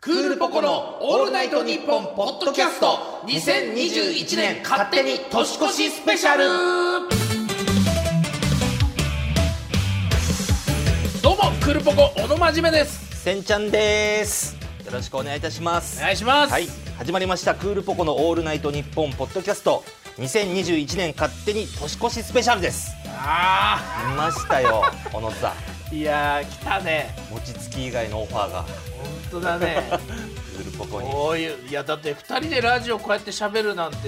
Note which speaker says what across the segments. Speaker 1: クールポコのオールナイトニッポンポッドキャスト2021年勝手に年越しスペシャルどうもクールポコ小野真面目です
Speaker 2: せんちゃんですよろしくお願いいたします
Speaker 1: お願いします、
Speaker 2: はい始まりましたクールポコのオールナイトニッポンポッドキャスト2021年勝手に年越しスペシャルです
Speaker 1: あ
Speaker 2: 見ました よ小野さ
Speaker 1: ーいやー来たね
Speaker 2: ん餅つき以外のオファーが
Speaker 1: 本当だね
Speaker 2: クールポコに
Speaker 1: こういういやだって2人でラジオこうやって喋るなんて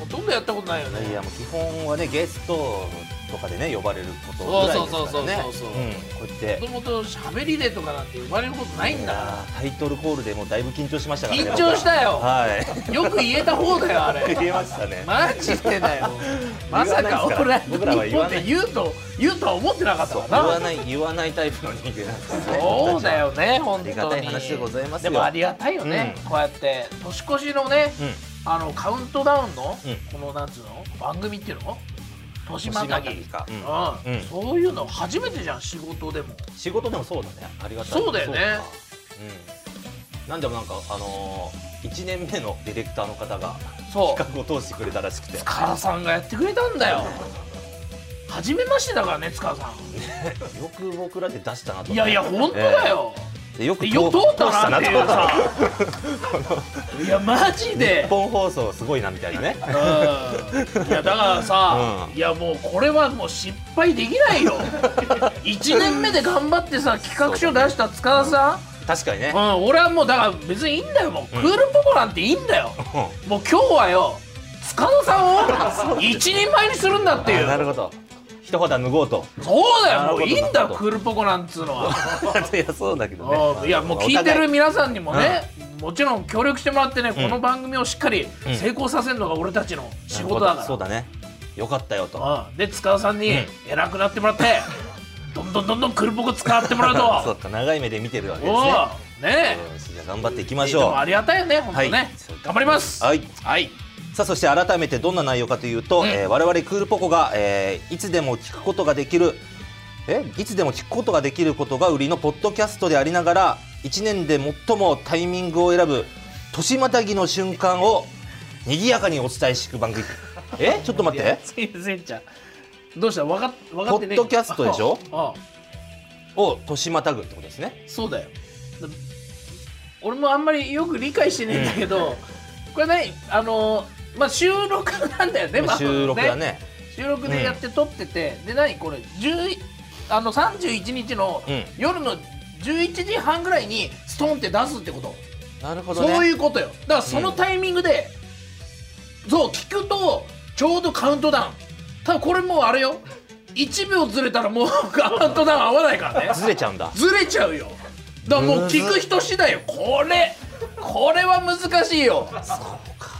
Speaker 1: ほとんどやったことないよね
Speaker 2: いやもう基本はねゲストとかでね呼ばれることぐらいですからね
Speaker 1: そうそうそうそうそう
Speaker 2: うんこうやって
Speaker 1: もともと喋りでとかなんて呼ばれることないん
Speaker 2: い
Speaker 1: だ
Speaker 2: やータイトルコールでもうだいぶ緊張しましたからね
Speaker 1: 緊張したよ
Speaker 2: 僕はい
Speaker 1: よく言えた方だよあれ
Speaker 2: 言えましたね
Speaker 1: マジでだよまさかオールナイトニ
Speaker 2: 僕らは
Speaker 1: ッ
Speaker 2: 言
Speaker 1: ポン
Speaker 2: わな
Speaker 1: って
Speaker 2: い
Speaker 1: 言うと言うとは思ってなかった
Speaker 2: そう
Speaker 1: か
Speaker 2: 言
Speaker 1: ら
Speaker 2: わ
Speaker 1: な
Speaker 2: ない言わないタイプの人間なんですね
Speaker 1: そうだよね
Speaker 2: あ
Speaker 1: 本当に
Speaker 2: りがたい話でございます
Speaker 1: で
Speaker 2: よ
Speaker 1: もありがたいよね、
Speaker 2: うん
Speaker 1: こうやって年越しのね、
Speaker 2: うん
Speaker 1: あのカウントダウンの、
Speaker 2: うん
Speaker 1: このなんつうの番組っていうの年ま
Speaker 2: 星
Speaker 1: た
Speaker 2: ま
Speaker 1: ぎ
Speaker 2: たぎか、うん
Speaker 1: うん
Speaker 2: うん
Speaker 1: そういうの初めてじゃん仕事でも
Speaker 2: 仕事でもそうだねありがたい
Speaker 1: そうだよ
Speaker 2: そう
Speaker 1: ね
Speaker 2: かうんなんでもなんかあのー、1年目のディレクターの方が
Speaker 1: そう
Speaker 2: 企画を通してくれたらしくて
Speaker 1: 塚さんがやってくれたんだよ初めましてだからね塚さん
Speaker 2: よく僕らで出したなと
Speaker 1: いやいや本当だよ、
Speaker 2: でよく
Speaker 1: でよく通ったなっていうさ
Speaker 2: 通し
Speaker 1: いやマ
Speaker 2: た
Speaker 1: ジ
Speaker 2: なと
Speaker 1: で
Speaker 2: 日本放送すごいなみたいなね
Speaker 1: うんいやだからさ、
Speaker 2: うん
Speaker 1: いやもうこれはもう失敗できないよ1年目で頑張ってさ企画書出した塚田さ
Speaker 2: 確かにね
Speaker 1: ん、うん、俺はもうだから別にいいんだよもう、クールポコなんていいんだよ
Speaker 2: う
Speaker 1: もう今日はよ塚 田さんを一人前にするんだってい
Speaker 2: んな
Speaker 1: う
Speaker 2: るほど一肌脱ごうと
Speaker 1: そうだ
Speaker 2: なる
Speaker 1: よも
Speaker 2: ほど
Speaker 1: ういいんだよ
Speaker 2: なるほど
Speaker 1: クールポコなんつうのは
Speaker 2: いやそうだけど
Speaker 1: うん
Speaker 2: ね
Speaker 1: いやもう聞いてる皆さんにもね
Speaker 2: お、
Speaker 1: もちろん協力してもらってね、この番組をしっかり
Speaker 2: うん
Speaker 1: 成功させるのが俺たちの仕
Speaker 2: お
Speaker 1: 事だ
Speaker 2: 互い
Speaker 1: から、
Speaker 2: そうだねよかったよと
Speaker 1: うん、で塚田さんに
Speaker 2: うん
Speaker 1: 偉くなってもらって、どんどんどんどんクルポコ使ってもらう
Speaker 2: そ
Speaker 1: と
Speaker 2: うか長い目で見てるわけですね
Speaker 1: おうね
Speaker 2: よしじゃあ頑張っていきま
Speaker 1: え
Speaker 2: し
Speaker 1: で
Speaker 2: ょう
Speaker 1: もありがたいよね本当ね、
Speaker 2: はい
Speaker 1: 頑張ります
Speaker 2: はい
Speaker 1: はい
Speaker 2: さあそして改めてどんな内容かというと、
Speaker 1: うん
Speaker 2: えー我々クールポコが、えーいつでも聞くことができるえいつでも聞くことができることが売りのポッドキャストでありながら1年で最もタイミングを選ぶ年またぎの瞬間を賑やかにお伝えしていく番組えちょっと待って
Speaker 1: 先生ちゃんどうしたわかわかってねえ
Speaker 2: ポッドキャストでしょ
Speaker 1: ああ
Speaker 2: を年またぐってことですね
Speaker 1: そうだよだ俺もあんまりよく理解してねえんだけど、これねあのーまあ収録なんだよね、まあ
Speaker 2: 収録だね
Speaker 1: 収録でやって撮ってて、で何これ11あの31日の
Speaker 2: うん
Speaker 1: 夜の11時半ぐらいにストンって出すってこと、
Speaker 2: なるほどね
Speaker 1: そういううことよだからそのタイミングで、そう聞くとちょうどカウントダウン多分これもうあれよ1秒ずれたらもう カウントダウン合わないからね
Speaker 2: ずれちゃうんだ
Speaker 1: ずれちゃうよだからもう
Speaker 2: むずっ
Speaker 1: 聞く人次第よこれこれは難しいよそうかだか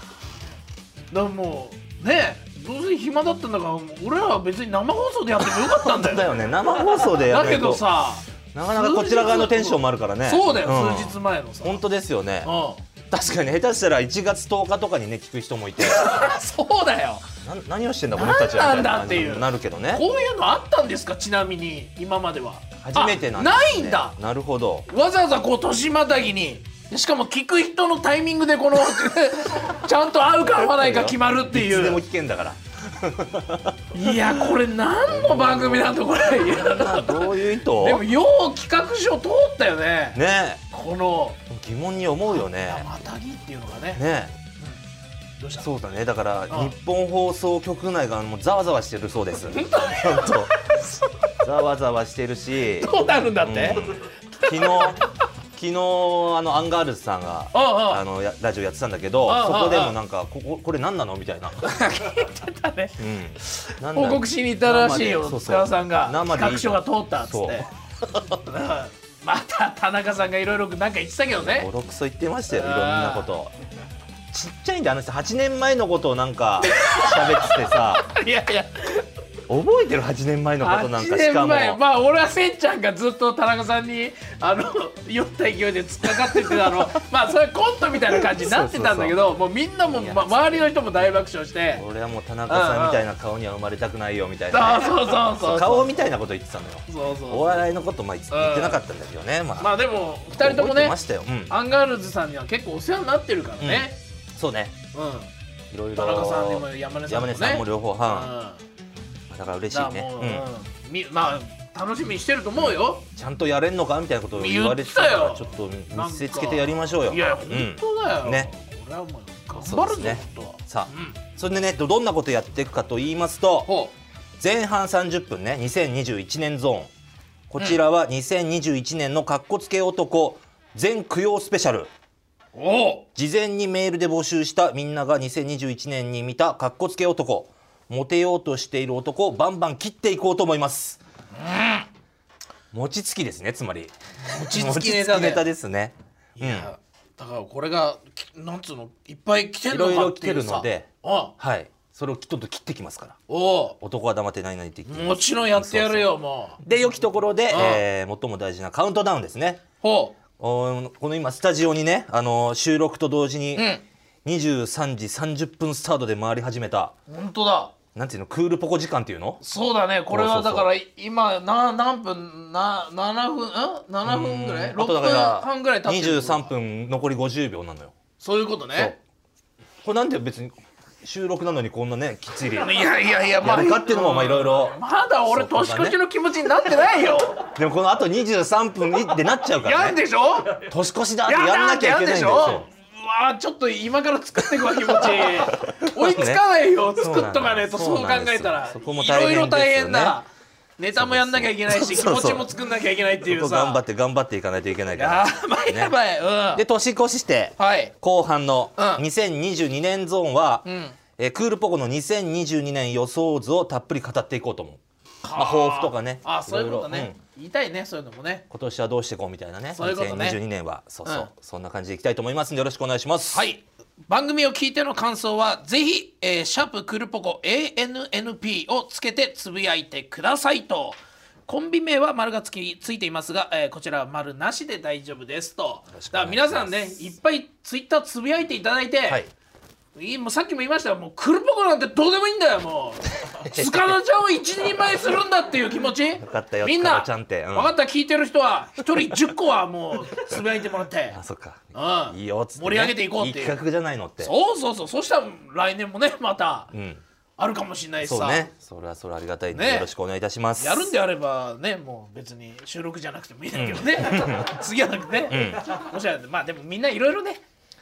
Speaker 1: らもうねどうせ暇だったんだから俺らは別に生放送でやってもよかった んだよ
Speaker 2: だよね生放送でやら
Speaker 1: だ
Speaker 2: ない
Speaker 1: け
Speaker 2: と
Speaker 1: どさ
Speaker 2: なかなかこちら側のテンションもあるからね
Speaker 1: そうだよ、
Speaker 2: ん
Speaker 1: 数日前のさ
Speaker 2: 本当ですよね
Speaker 1: うん
Speaker 2: 確かに下手したら1月10日とかにね聞く人もいて
Speaker 1: そうだよ
Speaker 2: な何をしてんだこの人たちは
Speaker 1: 何
Speaker 2: みたい
Speaker 1: なんだ
Speaker 2: な
Speaker 1: っ
Speaker 2: 感
Speaker 1: て
Speaker 2: じ
Speaker 1: いう
Speaker 2: になるけどね
Speaker 1: こういうのあったんですかちなみに今までは
Speaker 2: 初めてなんで
Speaker 1: あ
Speaker 2: す、ね、
Speaker 1: ないんだ
Speaker 2: なるほど
Speaker 1: わざわざこう年またぎにしかも聞く人のタイミングでこの ちゃんと合うか合わないか決まるってい
Speaker 2: つで
Speaker 1: う
Speaker 2: も危険だから
Speaker 1: いやこれ何の番組なんだこれいや
Speaker 2: まあどういう意図
Speaker 1: でもよう企画書通ったよね
Speaker 2: ね
Speaker 1: この
Speaker 2: 疑問に思うよ
Speaker 1: 「
Speaker 2: ね
Speaker 1: またぎ」っていうのがね
Speaker 2: ね
Speaker 1: どうした
Speaker 2: そうだねだから
Speaker 1: ああ
Speaker 2: 日本放送局内がもうざわざわしてるそう です本当ざわざわしてるし
Speaker 1: どうなるんだって、
Speaker 2: うん昨日昨日あのアンガールズさんが
Speaker 1: ああああ
Speaker 2: あのやラジオやってたんだけど
Speaker 1: ああ
Speaker 2: そこで
Speaker 1: ああ
Speaker 2: もなんかこここれ何なのみたいな、
Speaker 1: ね
Speaker 2: うん、なんだ
Speaker 1: 報告しに行ったらしいよ
Speaker 2: 生でそうそう
Speaker 1: 塚田さんが
Speaker 2: 生で
Speaker 1: 企画書が通ったっつ
Speaker 2: そ
Speaker 1: っ
Speaker 2: う
Speaker 1: てまた田中さんがいろいろなんか言ってたけどね
Speaker 2: ボロクソ言ってましたよいろん
Speaker 1: あ
Speaker 2: な
Speaker 1: あ
Speaker 2: ことちっちゃいんであの人8年前のことをなんか 喋っててさ
Speaker 1: いやいや
Speaker 2: 覚えてる8年前のことなん
Speaker 1: 8
Speaker 2: かしか
Speaker 1: 年
Speaker 2: も
Speaker 1: 前まあ俺はせんちゃんがずっと田中さんにあの酔った勢いで突っかかっててあのまあそれコントみたいな感じになってたんだけどもうみんなも、ま、周りの人も大爆笑して
Speaker 2: 俺はもう田中さんみたいな顔には生まれたくないよみたいな
Speaker 1: あそうそうそうそう
Speaker 2: 顔みたいなこと言ってたのよ
Speaker 1: そうそう
Speaker 2: お笑いのことまあ言ってなかったんだけどねまあ
Speaker 1: まあでも2人と
Speaker 2: 覚
Speaker 1: も
Speaker 2: えて
Speaker 1: ね
Speaker 2: ましたよ、うん、
Speaker 1: アンガールズさんには結構お世話になってるからね、
Speaker 2: そうね
Speaker 1: うん
Speaker 2: いろいろ
Speaker 1: 田中さんにも山根さん
Speaker 2: 山
Speaker 1: もね
Speaker 2: 根さんも両方は
Speaker 1: うん
Speaker 2: だから嬉し
Speaker 1: だ
Speaker 2: い
Speaker 1: からもう、
Speaker 2: ね、
Speaker 1: うんみまあ楽しみにしてると思うよ、
Speaker 2: うん、ちゃんとやれんのかみたいなことを言われてたか
Speaker 1: 言
Speaker 2: ら
Speaker 1: って
Speaker 2: ち
Speaker 1: た
Speaker 2: ょ
Speaker 1: よ
Speaker 2: っと見せつけてやりましょうよ
Speaker 1: いや
Speaker 2: う
Speaker 1: 本
Speaker 2: ん、
Speaker 1: 当だよ、
Speaker 2: ね
Speaker 1: 俺はもう頑
Speaker 2: そ
Speaker 1: 張
Speaker 2: うで
Speaker 1: る
Speaker 2: す
Speaker 1: ぞ、
Speaker 2: ね
Speaker 1: 本当は
Speaker 2: さ
Speaker 1: うん
Speaker 2: あそれでねどどんなことやっていくかと言いますと
Speaker 1: ほ
Speaker 2: 前半30分ね2021年ゾーンこちらは2021年のかっこつけ男全供養スペシャル
Speaker 1: うおお
Speaker 2: 事前にメールで募集したみんなが2021年に見たかっこつけ男モテようとしている男をバンバン切っていこうと思います、餅つきですねつまり
Speaker 1: 餅つきネタで
Speaker 2: 餅つきですね
Speaker 1: いやだからこれがきなんつうのいっぱい来てるの
Speaker 2: いろい
Speaker 1: か
Speaker 2: ろ
Speaker 1: っ
Speaker 2: 来
Speaker 1: て
Speaker 2: て
Speaker 1: いう
Speaker 2: る
Speaker 1: さ
Speaker 2: ので
Speaker 1: あ
Speaker 2: はいそれをきっと切ってきますから
Speaker 1: おお
Speaker 2: 男は黙って何々って言って
Speaker 1: もちろんやってやるよもう
Speaker 2: で良きところで、えー最も大事なカウントダウンですね
Speaker 1: ほ
Speaker 2: おこの今スタジオにね、あのー収録と同時に
Speaker 1: ううん
Speaker 2: 23時30分スタートで回り始めた
Speaker 1: 本当だ
Speaker 2: なんていうのクールポコ時間っていうの
Speaker 1: そうだねこれ
Speaker 2: そ
Speaker 1: は
Speaker 2: うそうそ
Speaker 1: だ
Speaker 2: う
Speaker 1: から今な何分な7分ん7分ぐらい
Speaker 2: あ
Speaker 1: 6
Speaker 2: とだ
Speaker 1: 分
Speaker 2: から
Speaker 1: 半ぐらい経ってる
Speaker 2: 23分残り50秒なのよ
Speaker 1: そういうことね
Speaker 2: これなんで別に収録なのにこんなねきっちり
Speaker 1: いやいやいや
Speaker 2: やるかっていうのもまあいろいろ
Speaker 1: まだ俺
Speaker 2: そこがね
Speaker 1: 年越しの気持ちになってないよ
Speaker 2: でもこのあと23分にってなっちゃうか
Speaker 1: や
Speaker 2: ら
Speaker 1: ん
Speaker 2: ね
Speaker 1: でしょ
Speaker 2: 年越しだって
Speaker 1: や
Speaker 2: やん
Speaker 1: だ
Speaker 2: な
Speaker 1: っ
Speaker 2: き
Speaker 1: て
Speaker 2: ゃ
Speaker 1: や
Speaker 2: いけ
Speaker 1: ん
Speaker 2: ないん
Speaker 1: で
Speaker 2: だよ
Speaker 1: しょうわーちょっと今から作っていくわ気持 ち追いつかないよ
Speaker 2: そう
Speaker 1: 作っとかねと
Speaker 2: そ
Speaker 1: そうう
Speaker 2: な
Speaker 1: 考
Speaker 2: んです
Speaker 1: えたら
Speaker 2: そこも
Speaker 1: い
Speaker 2: 大変
Speaker 1: ろいろ大
Speaker 2: ですよね
Speaker 1: 変だネタもやんなきゃいけないし気
Speaker 2: そうそう
Speaker 1: 持ちも作んなきゃいけないってい
Speaker 2: そうこ頑張
Speaker 1: さ
Speaker 2: って頑張っていかないといけないから
Speaker 1: やばいやばいうん
Speaker 2: で年越しして
Speaker 1: はい
Speaker 2: 後半の
Speaker 1: うん
Speaker 2: 2022年ゾーンは、
Speaker 1: ん
Speaker 2: えークールポコの2022年予想図をたっぷり語っていこうと思う、まあ、抱負とかね
Speaker 1: あそういうこと
Speaker 2: ろろ
Speaker 1: ね
Speaker 2: うん
Speaker 1: 言いたいねそういうのもね
Speaker 2: 今年はどうしていこうみたいなね
Speaker 1: そういうことね
Speaker 2: 2022年はそうそう、
Speaker 1: うん
Speaker 2: そんな感じでいきたいと思いますんでよろしくお願いします
Speaker 1: はい番組を聞いての感想はぜひ、えーシャープクルポコ ANNP をつけてつぶやいてくださいとコンビ名は丸がつきついていますが、えーこちらは丸なしで大丈夫ですと
Speaker 2: ろしくお
Speaker 1: だか
Speaker 2: 願
Speaker 1: ら
Speaker 2: いします
Speaker 1: 皆さんねいっぱいツイッターつぶやいていただいて、
Speaker 2: はい
Speaker 1: いいもうさっきも言いましたがもうクルポコなんてどうでもいいんだよも うつかのちゃんを一人前するんだっていう気持ち
Speaker 2: かったよ
Speaker 1: みん
Speaker 2: 塚
Speaker 1: な
Speaker 2: 野ちゃんってうん
Speaker 1: 分かった聞いてる人は一人10個はもうつぶやいてもらって
Speaker 2: あそっか
Speaker 1: うん
Speaker 2: いいよっつって、ね、
Speaker 1: 盛り上げていこうっていう
Speaker 2: い企画じゃないのって
Speaker 1: そうそうそうそしたら来年もねまた
Speaker 2: ん
Speaker 1: あるかもしれないし
Speaker 2: そ
Speaker 1: さ、
Speaker 2: うねそれはそれはありがたいんで、
Speaker 1: ね
Speaker 2: よろしくお願いいたします
Speaker 1: やるんであればねもう別に収録じゃなくてもいいんだけどね、 次はなくね、もしあればまあでもみんないろいろね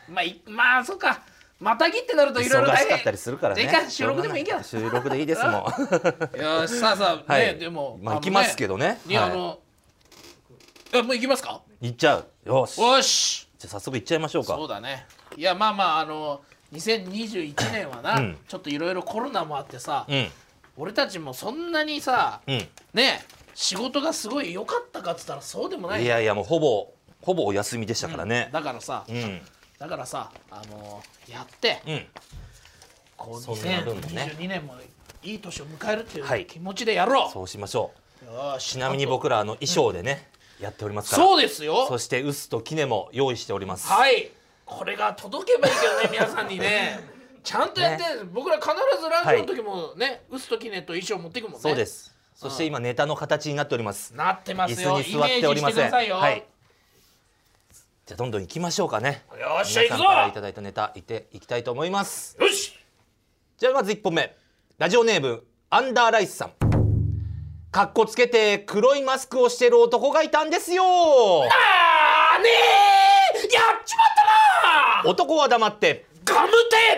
Speaker 1: まあいまあそうかまたぎってなるといろいろ
Speaker 2: 忙
Speaker 1: 大
Speaker 2: しか
Speaker 1: 変
Speaker 2: ったりするからね
Speaker 1: でか収録でもいいけど
Speaker 2: しょうがない収録でいいですもん
Speaker 1: よしさあさあ、
Speaker 2: は
Speaker 1: ね
Speaker 2: い
Speaker 1: でも
Speaker 2: まあ行きますけどね
Speaker 1: ねいや
Speaker 2: はい
Speaker 1: あの、えもう行きますか
Speaker 2: いっちゃうよしじゃ
Speaker 1: よし
Speaker 2: あ早速いっちゃいましょうか
Speaker 1: そうだねいやまあまああの2021年はな、
Speaker 2: うん
Speaker 1: ちょっといろいろコロナもあってさ、
Speaker 2: うん
Speaker 1: 俺たちもそんなにさ、
Speaker 2: うん
Speaker 1: ねえ仕事がすごい良かったかっつったらそうでもない
Speaker 2: いやいやもうほぼほぼお休みでしたからね
Speaker 1: だからさ
Speaker 2: うんうん、
Speaker 1: だからさあのーやってこう
Speaker 2: そうなるんだね
Speaker 1: 2022年もいい年を迎えるってい
Speaker 2: はい
Speaker 1: いう気持ちでやろ
Speaker 2: そうしましょう
Speaker 1: う、よーし
Speaker 2: ちなみに僕らあの衣装でね、やっておりますから
Speaker 1: そうですよ
Speaker 2: そしてウスとキネも用意しております
Speaker 1: はいこれが届けばいいけど ね皆さんにねちゃんとやって、僕ら必ずラジオの時もね、打つ時ねと衣装持っていくもんね
Speaker 2: そうですそして今ネタの形になっております
Speaker 1: なってますよ
Speaker 2: 椅子に座っておりません
Speaker 1: イメージしてくださいよ、
Speaker 2: はいじゃあどんどん行きましょうかね
Speaker 1: よっしゃ
Speaker 2: 皆さ
Speaker 1: 行く
Speaker 2: ん
Speaker 1: ぞ
Speaker 2: からいただいたネタいっていきたいと思います
Speaker 1: よし
Speaker 2: じゃあまず1本目ラジオネームアンダーライスさんかっこつけて黒いマスクをしてる男がいたんですよ
Speaker 1: あーねーやっちまったなー
Speaker 2: 男は黙って
Speaker 1: ガム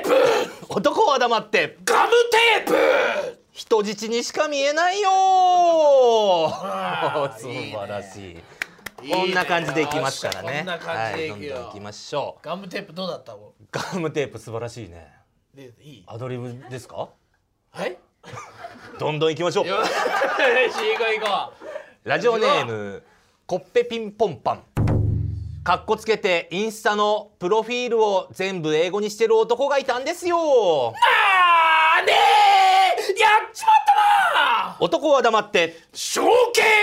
Speaker 1: テープ
Speaker 2: 男は黙って
Speaker 1: ガムテープ
Speaker 2: 人質にしか見えないよ
Speaker 1: あー
Speaker 2: 素
Speaker 1: いいね
Speaker 2: 晴らしいこんな感じでいきますからね
Speaker 1: こんな感じでい
Speaker 2: は
Speaker 1: く
Speaker 2: い、ど
Speaker 1: よ、
Speaker 2: んどんいきましょ
Speaker 1: ガムテープどうだったの
Speaker 2: うガムテープ素晴らしいね
Speaker 1: でいい
Speaker 2: アドリブですか
Speaker 1: はいよ
Speaker 2: どんどんいきましょう
Speaker 1: し行こう行こ
Speaker 2: ラジオネームコッペピンポンパンかっこつけてインスタのプロフィールを全部英語にしてる男がいたんですよ
Speaker 1: うあーねーやっちまっ
Speaker 2: 男は黙って
Speaker 1: 象形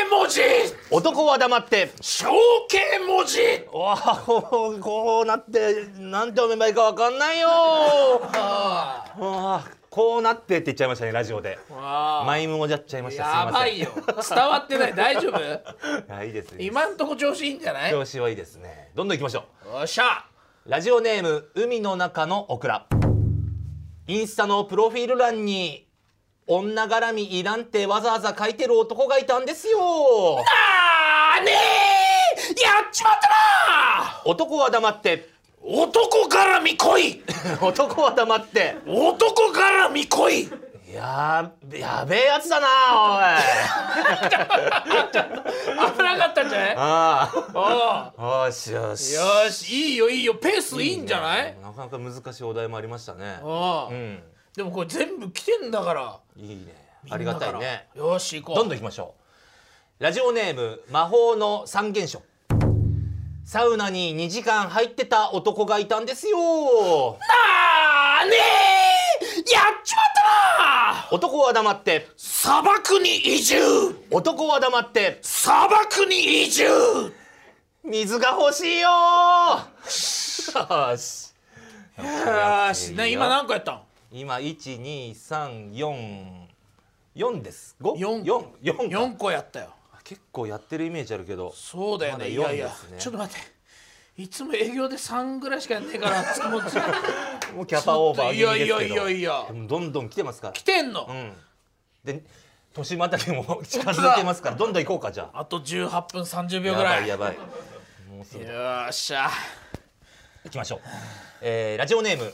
Speaker 1: 文字
Speaker 2: 男は黙って
Speaker 1: 象形文字
Speaker 2: わあこうこうなってなんておめばいいかわかんないよ
Speaker 1: あ
Speaker 2: わあこうなってって言っちゃいましたねラジオで
Speaker 1: あ
Speaker 2: マイムもじゃっちゃいました
Speaker 1: やばいよ伝わってない大丈 夫
Speaker 2: すいませんあいいですね
Speaker 1: 今んとこ調子いいんじゃないよ
Speaker 2: 調子はいいですねどんどん行きましょ
Speaker 1: っしゃ
Speaker 2: うラジオネーム海の中のオクラインスタのプロフィール欄に女絡みいらんってわざわざ書いてる男がいたんですよ
Speaker 1: あーねーやっちまったな
Speaker 2: 男は黙って
Speaker 1: 男絡み来い
Speaker 2: 男は黙って
Speaker 1: 男絡み来い
Speaker 2: やーやべえやつだなおい
Speaker 1: 危なかったんじゃない
Speaker 2: ああ
Speaker 1: あ
Speaker 2: よしよし
Speaker 1: よしいいよいいよペースいいんじゃない
Speaker 2: ねなかなか難しいお題もありましたね
Speaker 1: ああ
Speaker 2: うん
Speaker 1: でもこれ全部来てんだから
Speaker 2: いいねありがたいね
Speaker 1: みんなからよし行こう
Speaker 2: どんどんいきましょうラジオネーム魔法の三原書サウナに2時間入ってた男がいたんですよ
Speaker 1: あーねーやっちまったな
Speaker 2: 男は黙って
Speaker 1: 砂漠に移住
Speaker 2: 男は黙って
Speaker 1: 砂漠に移住
Speaker 2: 水が欲しいよーよし
Speaker 1: よしね今何個やったん
Speaker 2: 今一二三四四です。五
Speaker 1: 四
Speaker 2: 四四か
Speaker 1: 4個やったよ
Speaker 2: 結構やってるイメージあるけど。
Speaker 1: そうだよ
Speaker 2: ま
Speaker 1: ね
Speaker 2: だ
Speaker 1: い
Speaker 2: 四
Speaker 1: やいや
Speaker 2: ですね
Speaker 1: ちょっと待っていつも営業で3ぐらいしかやんねえからもうずっと
Speaker 2: もうキャパオーバー気味ですけど
Speaker 1: いやいやいやいや
Speaker 2: でもどんどん来てますから
Speaker 1: 来てんの、
Speaker 2: うんで年またぎも近づいてますからどんどん行こうかじゃあ
Speaker 1: あと18分30秒
Speaker 2: やば
Speaker 1: ぐら
Speaker 2: い
Speaker 1: い
Speaker 2: やばい
Speaker 1: よっしゃ
Speaker 2: 行きましょう、えー、ラジオネーム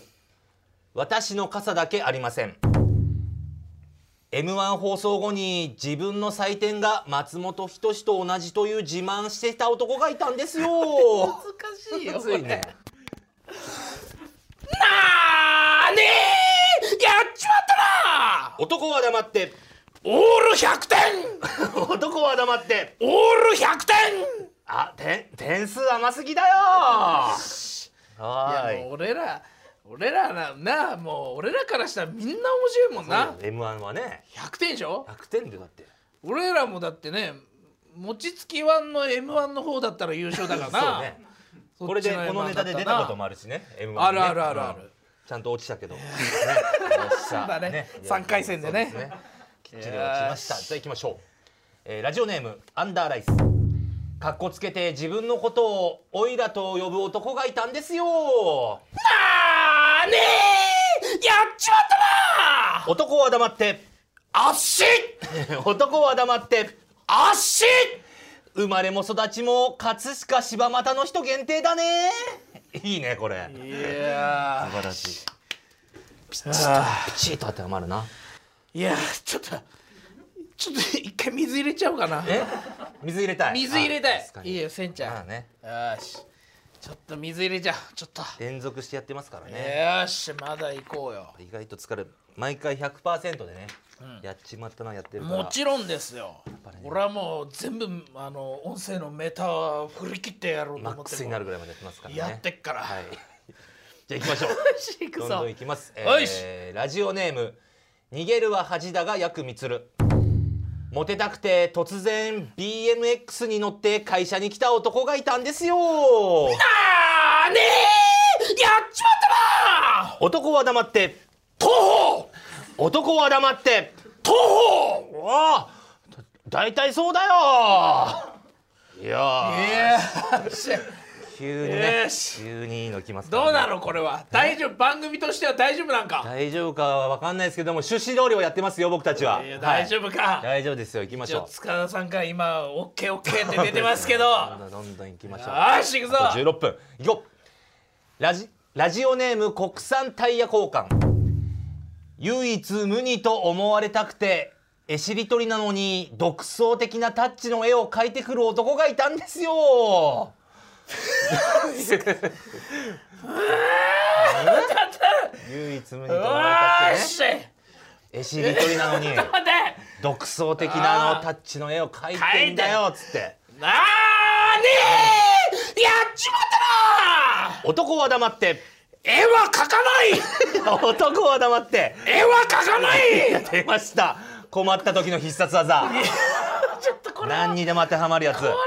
Speaker 2: 私の傘だけありません M1 放送後に自分の採点が松本人志と同じという自慢してた男がいたんですよ
Speaker 1: 難しいよ
Speaker 2: ついね
Speaker 1: なーねーやっちまったな
Speaker 2: 男は黙 って
Speaker 1: オール100点
Speaker 2: 男は黙って
Speaker 1: オール100点
Speaker 2: あ、点点数甘すぎだよ。はい
Speaker 1: やもう
Speaker 2: い。
Speaker 1: 俺ら俺らななあもう俺らからしたらみんな面白いもんな
Speaker 2: M1 はね、
Speaker 1: 100点でしょ
Speaker 2: 100点でだって。
Speaker 1: 俺らもだってね餅つき1の m 1の方だったら優勝だからな
Speaker 2: そうね。これでこのネタで出たことも
Speaker 1: あ
Speaker 2: あるしね。M1 ね
Speaker 1: あるあるあるある
Speaker 2: うんちゃんと落ちた けど。ね
Speaker 1: そうだね三回戦でね。
Speaker 2: 落ちたいやそうですきっちり落ちました。じゃあ行きましょう。えーラジオネームアンダーライス。かっこつけて自分のことをオイラと呼ぶ男がいたんですよ。
Speaker 1: なあねーやっちまったな
Speaker 2: 男は黙って、
Speaker 1: 足
Speaker 2: 男は黙って。
Speaker 1: 足
Speaker 2: 生まれも育ちも葛飾柴又の人限定だねいいねこれ
Speaker 1: いや
Speaker 2: 素晴らしい
Speaker 1: ー
Speaker 2: ピチッと当てはまるない
Speaker 1: やちょっとちょっと一回水入れちゃおうかな
Speaker 2: え水入れたい
Speaker 1: 水入れたいいいよせ
Speaker 2: セン
Speaker 1: んちゃん
Speaker 2: まあね
Speaker 1: よしちょっと水入れちゃうちょっと、
Speaker 2: 連続してやってますからね
Speaker 1: よしまだ行こうよ
Speaker 2: 意外と疲れる毎回100%でね、やっちまったなやってるから
Speaker 1: もちろんですよ、
Speaker 2: ぱりね
Speaker 1: 俺はもう全部あの音声のメーターを振り切ってやろうと
Speaker 2: マ
Speaker 1: 思
Speaker 2: ッ
Speaker 1: っ
Speaker 2: ク
Speaker 1: て
Speaker 2: スになるぐらいまでやってますからね
Speaker 1: やってっから、
Speaker 2: はい じゃあ行きましょう
Speaker 1: し く
Speaker 2: どんどんいきます。え
Speaker 1: よし
Speaker 2: ー、ラジオネーム逃げるは恥だがやくみつる。モテたくて突然 BMX に乗って会社に来た男がいたんですよ。
Speaker 1: あーねーやっちまったなー
Speaker 2: 男は黙って、
Speaker 1: 徒歩
Speaker 2: 男は黙って。
Speaker 1: 徒
Speaker 2: お
Speaker 1: 歩
Speaker 2: あ、だいたいそうだよ。いやー、
Speaker 1: えーし
Speaker 2: 急にね、
Speaker 1: よし
Speaker 2: 急にいいの来ますからね、
Speaker 1: どうなのこれは大丈夫番組としては大丈夫なんか
Speaker 2: 大丈夫かはわかんないですけども趣旨通りをやってますよ僕たちは。
Speaker 1: いや大丈
Speaker 2: 夫。
Speaker 1: 夫か、
Speaker 2: 大丈夫ですよ行きまし
Speaker 1: ち
Speaker 2: ょ
Speaker 1: ょ
Speaker 2: う。
Speaker 1: 塚田さんから今「オッケーオッケー」って出てますけど
Speaker 2: どんどんどんどん行きましょう。
Speaker 1: よし行くぞ
Speaker 2: あと16分いこうラジラジオネーム国産タイヤ交換唯一無二と思われたくてえしりとりなのに独創的なタッチの絵を描いてくる男がいたんですよ唯一無二と思わ
Speaker 1: よ
Speaker 2: れた
Speaker 1: ー
Speaker 2: くて
Speaker 1: し
Speaker 2: ねえしりとりなのに
Speaker 1: 待て
Speaker 2: 独創的なあのタッチの絵を描いてんだよっつって
Speaker 1: なーにーやっちまったな
Speaker 2: 男は黙って
Speaker 1: 絵は描かない
Speaker 2: 男は黙って
Speaker 1: 絵は描かない
Speaker 2: 出ました困った時の必殺技
Speaker 1: ちょっとこれは
Speaker 2: 何にでも当てはまるやつ
Speaker 1: これは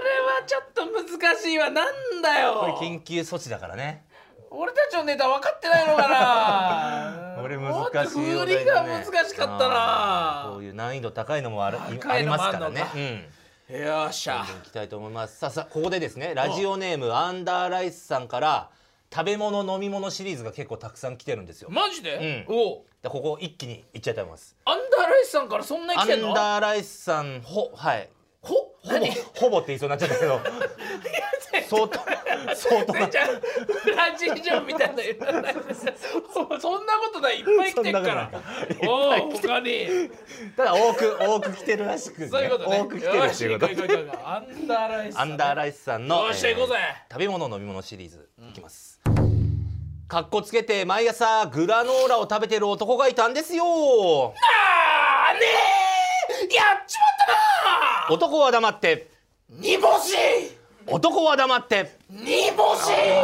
Speaker 1: ちょっと難しいわなんだ
Speaker 2: これ
Speaker 1: よ
Speaker 2: 緊急措置だからね
Speaker 1: 俺たちのネタ分かってないのかな
Speaker 2: これ難しい
Speaker 1: も
Speaker 2: お
Speaker 1: っと振り
Speaker 2: 題
Speaker 1: が
Speaker 2: だ
Speaker 1: 難
Speaker 2: ね
Speaker 1: しかった
Speaker 2: こう
Speaker 1: な
Speaker 2: いう難易度高いのもある
Speaker 1: 高
Speaker 2: あ
Speaker 1: い
Speaker 2: り
Speaker 1: の
Speaker 2: ま
Speaker 1: もあ
Speaker 2: す
Speaker 1: ん
Speaker 2: か
Speaker 1: のから
Speaker 2: ねうん
Speaker 1: よっしゃ
Speaker 2: いきたいと思いますさあさあここでですねラジオネームアンダーライスさんから食べ物飲み物シリーズが結構たくさん来てるんですよ
Speaker 1: マジで、
Speaker 2: う
Speaker 1: おう
Speaker 2: でここ一気にいっちゃいたいと思います
Speaker 1: アンダーライスさんからそんなに
Speaker 2: ア
Speaker 1: 来
Speaker 2: ン
Speaker 1: てんの
Speaker 2: ダーライスさんほはい
Speaker 1: ほ
Speaker 2: ほぼ
Speaker 1: 何
Speaker 2: ほぼって言いそうになっちゃったけど相当相当な
Speaker 1: ねちゃんブラジル人みたいな言わないで そんなことないいっぱい来てるから
Speaker 2: そんな
Speaker 1: おお他に
Speaker 2: ただ多く多く来てるらしくね
Speaker 1: そういうことね
Speaker 2: 多く来てるっていうこ
Speaker 1: よし行
Speaker 2: と
Speaker 1: こう行こう行こうアンダーライスさ
Speaker 2: ア
Speaker 1: んね
Speaker 2: ンダーライスさんの
Speaker 1: よっしゃ行こうぜ
Speaker 2: 食べ物飲み物シリーズいきます、かっこつけて毎朝グラノーラを食べてる男がいたんですよ
Speaker 1: あーねえやっちまったな
Speaker 2: 男は黙って
Speaker 1: 煮干し
Speaker 2: 男は黙って
Speaker 1: 煮干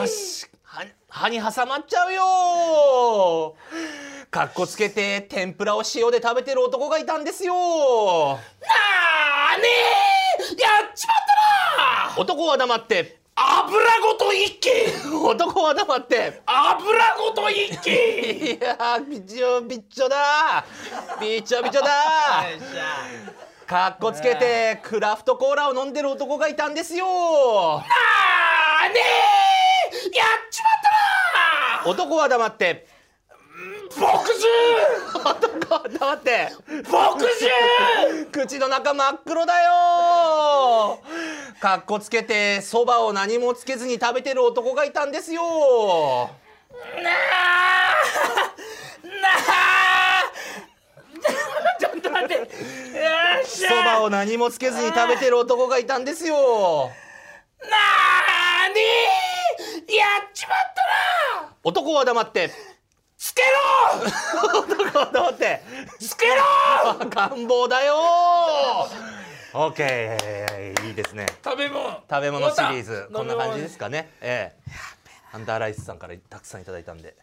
Speaker 1: し
Speaker 2: は歯に挟まっちゃうよかっこつけて天ぷらを塩で食べてる男がいたんですよ
Speaker 1: あーねえやっちまったな
Speaker 2: 男は黙って
Speaker 1: 油ごと一気
Speaker 2: 男は黙って
Speaker 1: 油ごと一気
Speaker 2: いやーびちょびちょだびちょびちょだ
Speaker 1: よっしゃ
Speaker 2: かっこつけてクラフトコーラを飲んでる男がいたんですよ
Speaker 1: あーねえやっちまっ
Speaker 2: 男は黙って
Speaker 1: たな牧獣
Speaker 2: 男は黙って
Speaker 1: 牧獣
Speaker 2: 口の中真っ黒だよかっこつけてそばを何もつけずに食べてる男がいたんですよ
Speaker 1: なあなあ ちょっと待ってよっし
Speaker 2: そば
Speaker 1: ゃ
Speaker 2: を何もつけずに食べてる男がいたんですよ
Speaker 1: なーにやっちまったな
Speaker 2: 男は黙って
Speaker 1: つけろ
Speaker 2: 男は黙って
Speaker 1: つけろ
Speaker 2: 赤ん坊だよオッケーいいですね
Speaker 1: 食べ物
Speaker 2: 食べ物シリーズ
Speaker 1: 終わ
Speaker 2: こ
Speaker 1: った
Speaker 2: んな感じですかねええアンダーライスさんからたくさんいただいたんでいっちゃ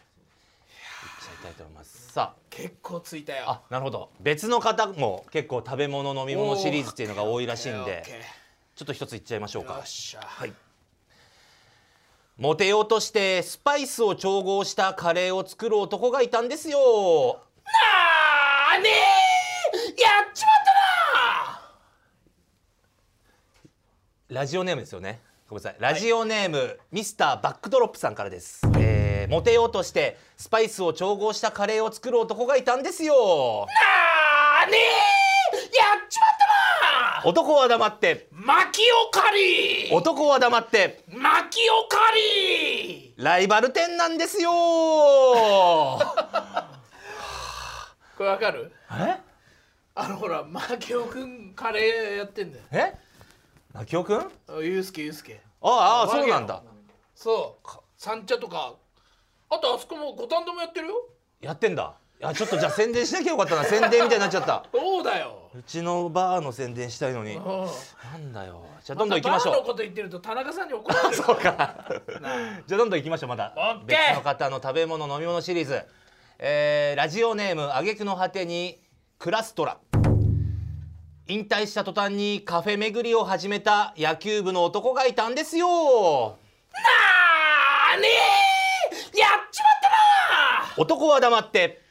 Speaker 2: いたいと思いますさあ
Speaker 1: 結構ついたよ
Speaker 2: あなるほど別の方も結構食べ物飲み物シリーズっていうのが多いらしいんで
Speaker 1: オッケー
Speaker 2: ちょっと一ついっちゃいましょう
Speaker 1: よ
Speaker 2: か
Speaker 1: っしゃはい
Speaker 2: モテようとしてスパイスを調合したカレーを作る男がいたんですよ
Speaker 1: あーねえやっちまったな
Speaker 2: ラジオネームですよねごめんなさいラジオネーム、ミスターバックドロップさんからです、えーモテようとしてスパイスを調合したカレーを作る男がいたんですよ
Speaker 1: あーねえやっちまっ
Speaker 2: 男は黙って
Speaker 1: たなマキオカリー
Speaker 2: 男は黙って
Speaker 1: マキオカリー
Speaker 2: ライバル店なんですよ
Speaker 1: これわかる
Speaker 2: え
Speaker 1: あのほらマキオくんカレーやってんだよ
Speaker 2: えマキオくんあ
Speaker 1: あゆうすけゆうすけ
Speaker 2: あああそうなんだ
Speaker 1: そう三茶とかあとあそこも五反田もやってるよ
Speaker 2: やってんだいやちょっとじゃあ宣伝しなきゃよかったな宣伝みたいになっちゃった
Speaker 1: そうだよ
Speaker 2: うちのバーの宣伝したいのに
Speaker 1: うん
Speaker 2: なんだよじゃあどんどん行きましょう
Speaker 1: バーのこと言ってると田中さんに怒られ る
Speaker 2: そうか。じゃあどんどん行きましょうまだ
Speaker 1: オ。ッケ
Speaker 2: 別
Speaker 1: ー
Speaker 2: の方の食べ物飲み物シリーズ。えーラジオネーム挙句の果てにクラストラ。引退した途端にカフェ巡りを始めた野球部の男がいたんですよ。
Speaker 1: あーねえやっちまったな
Speaker 2: 男は黙って、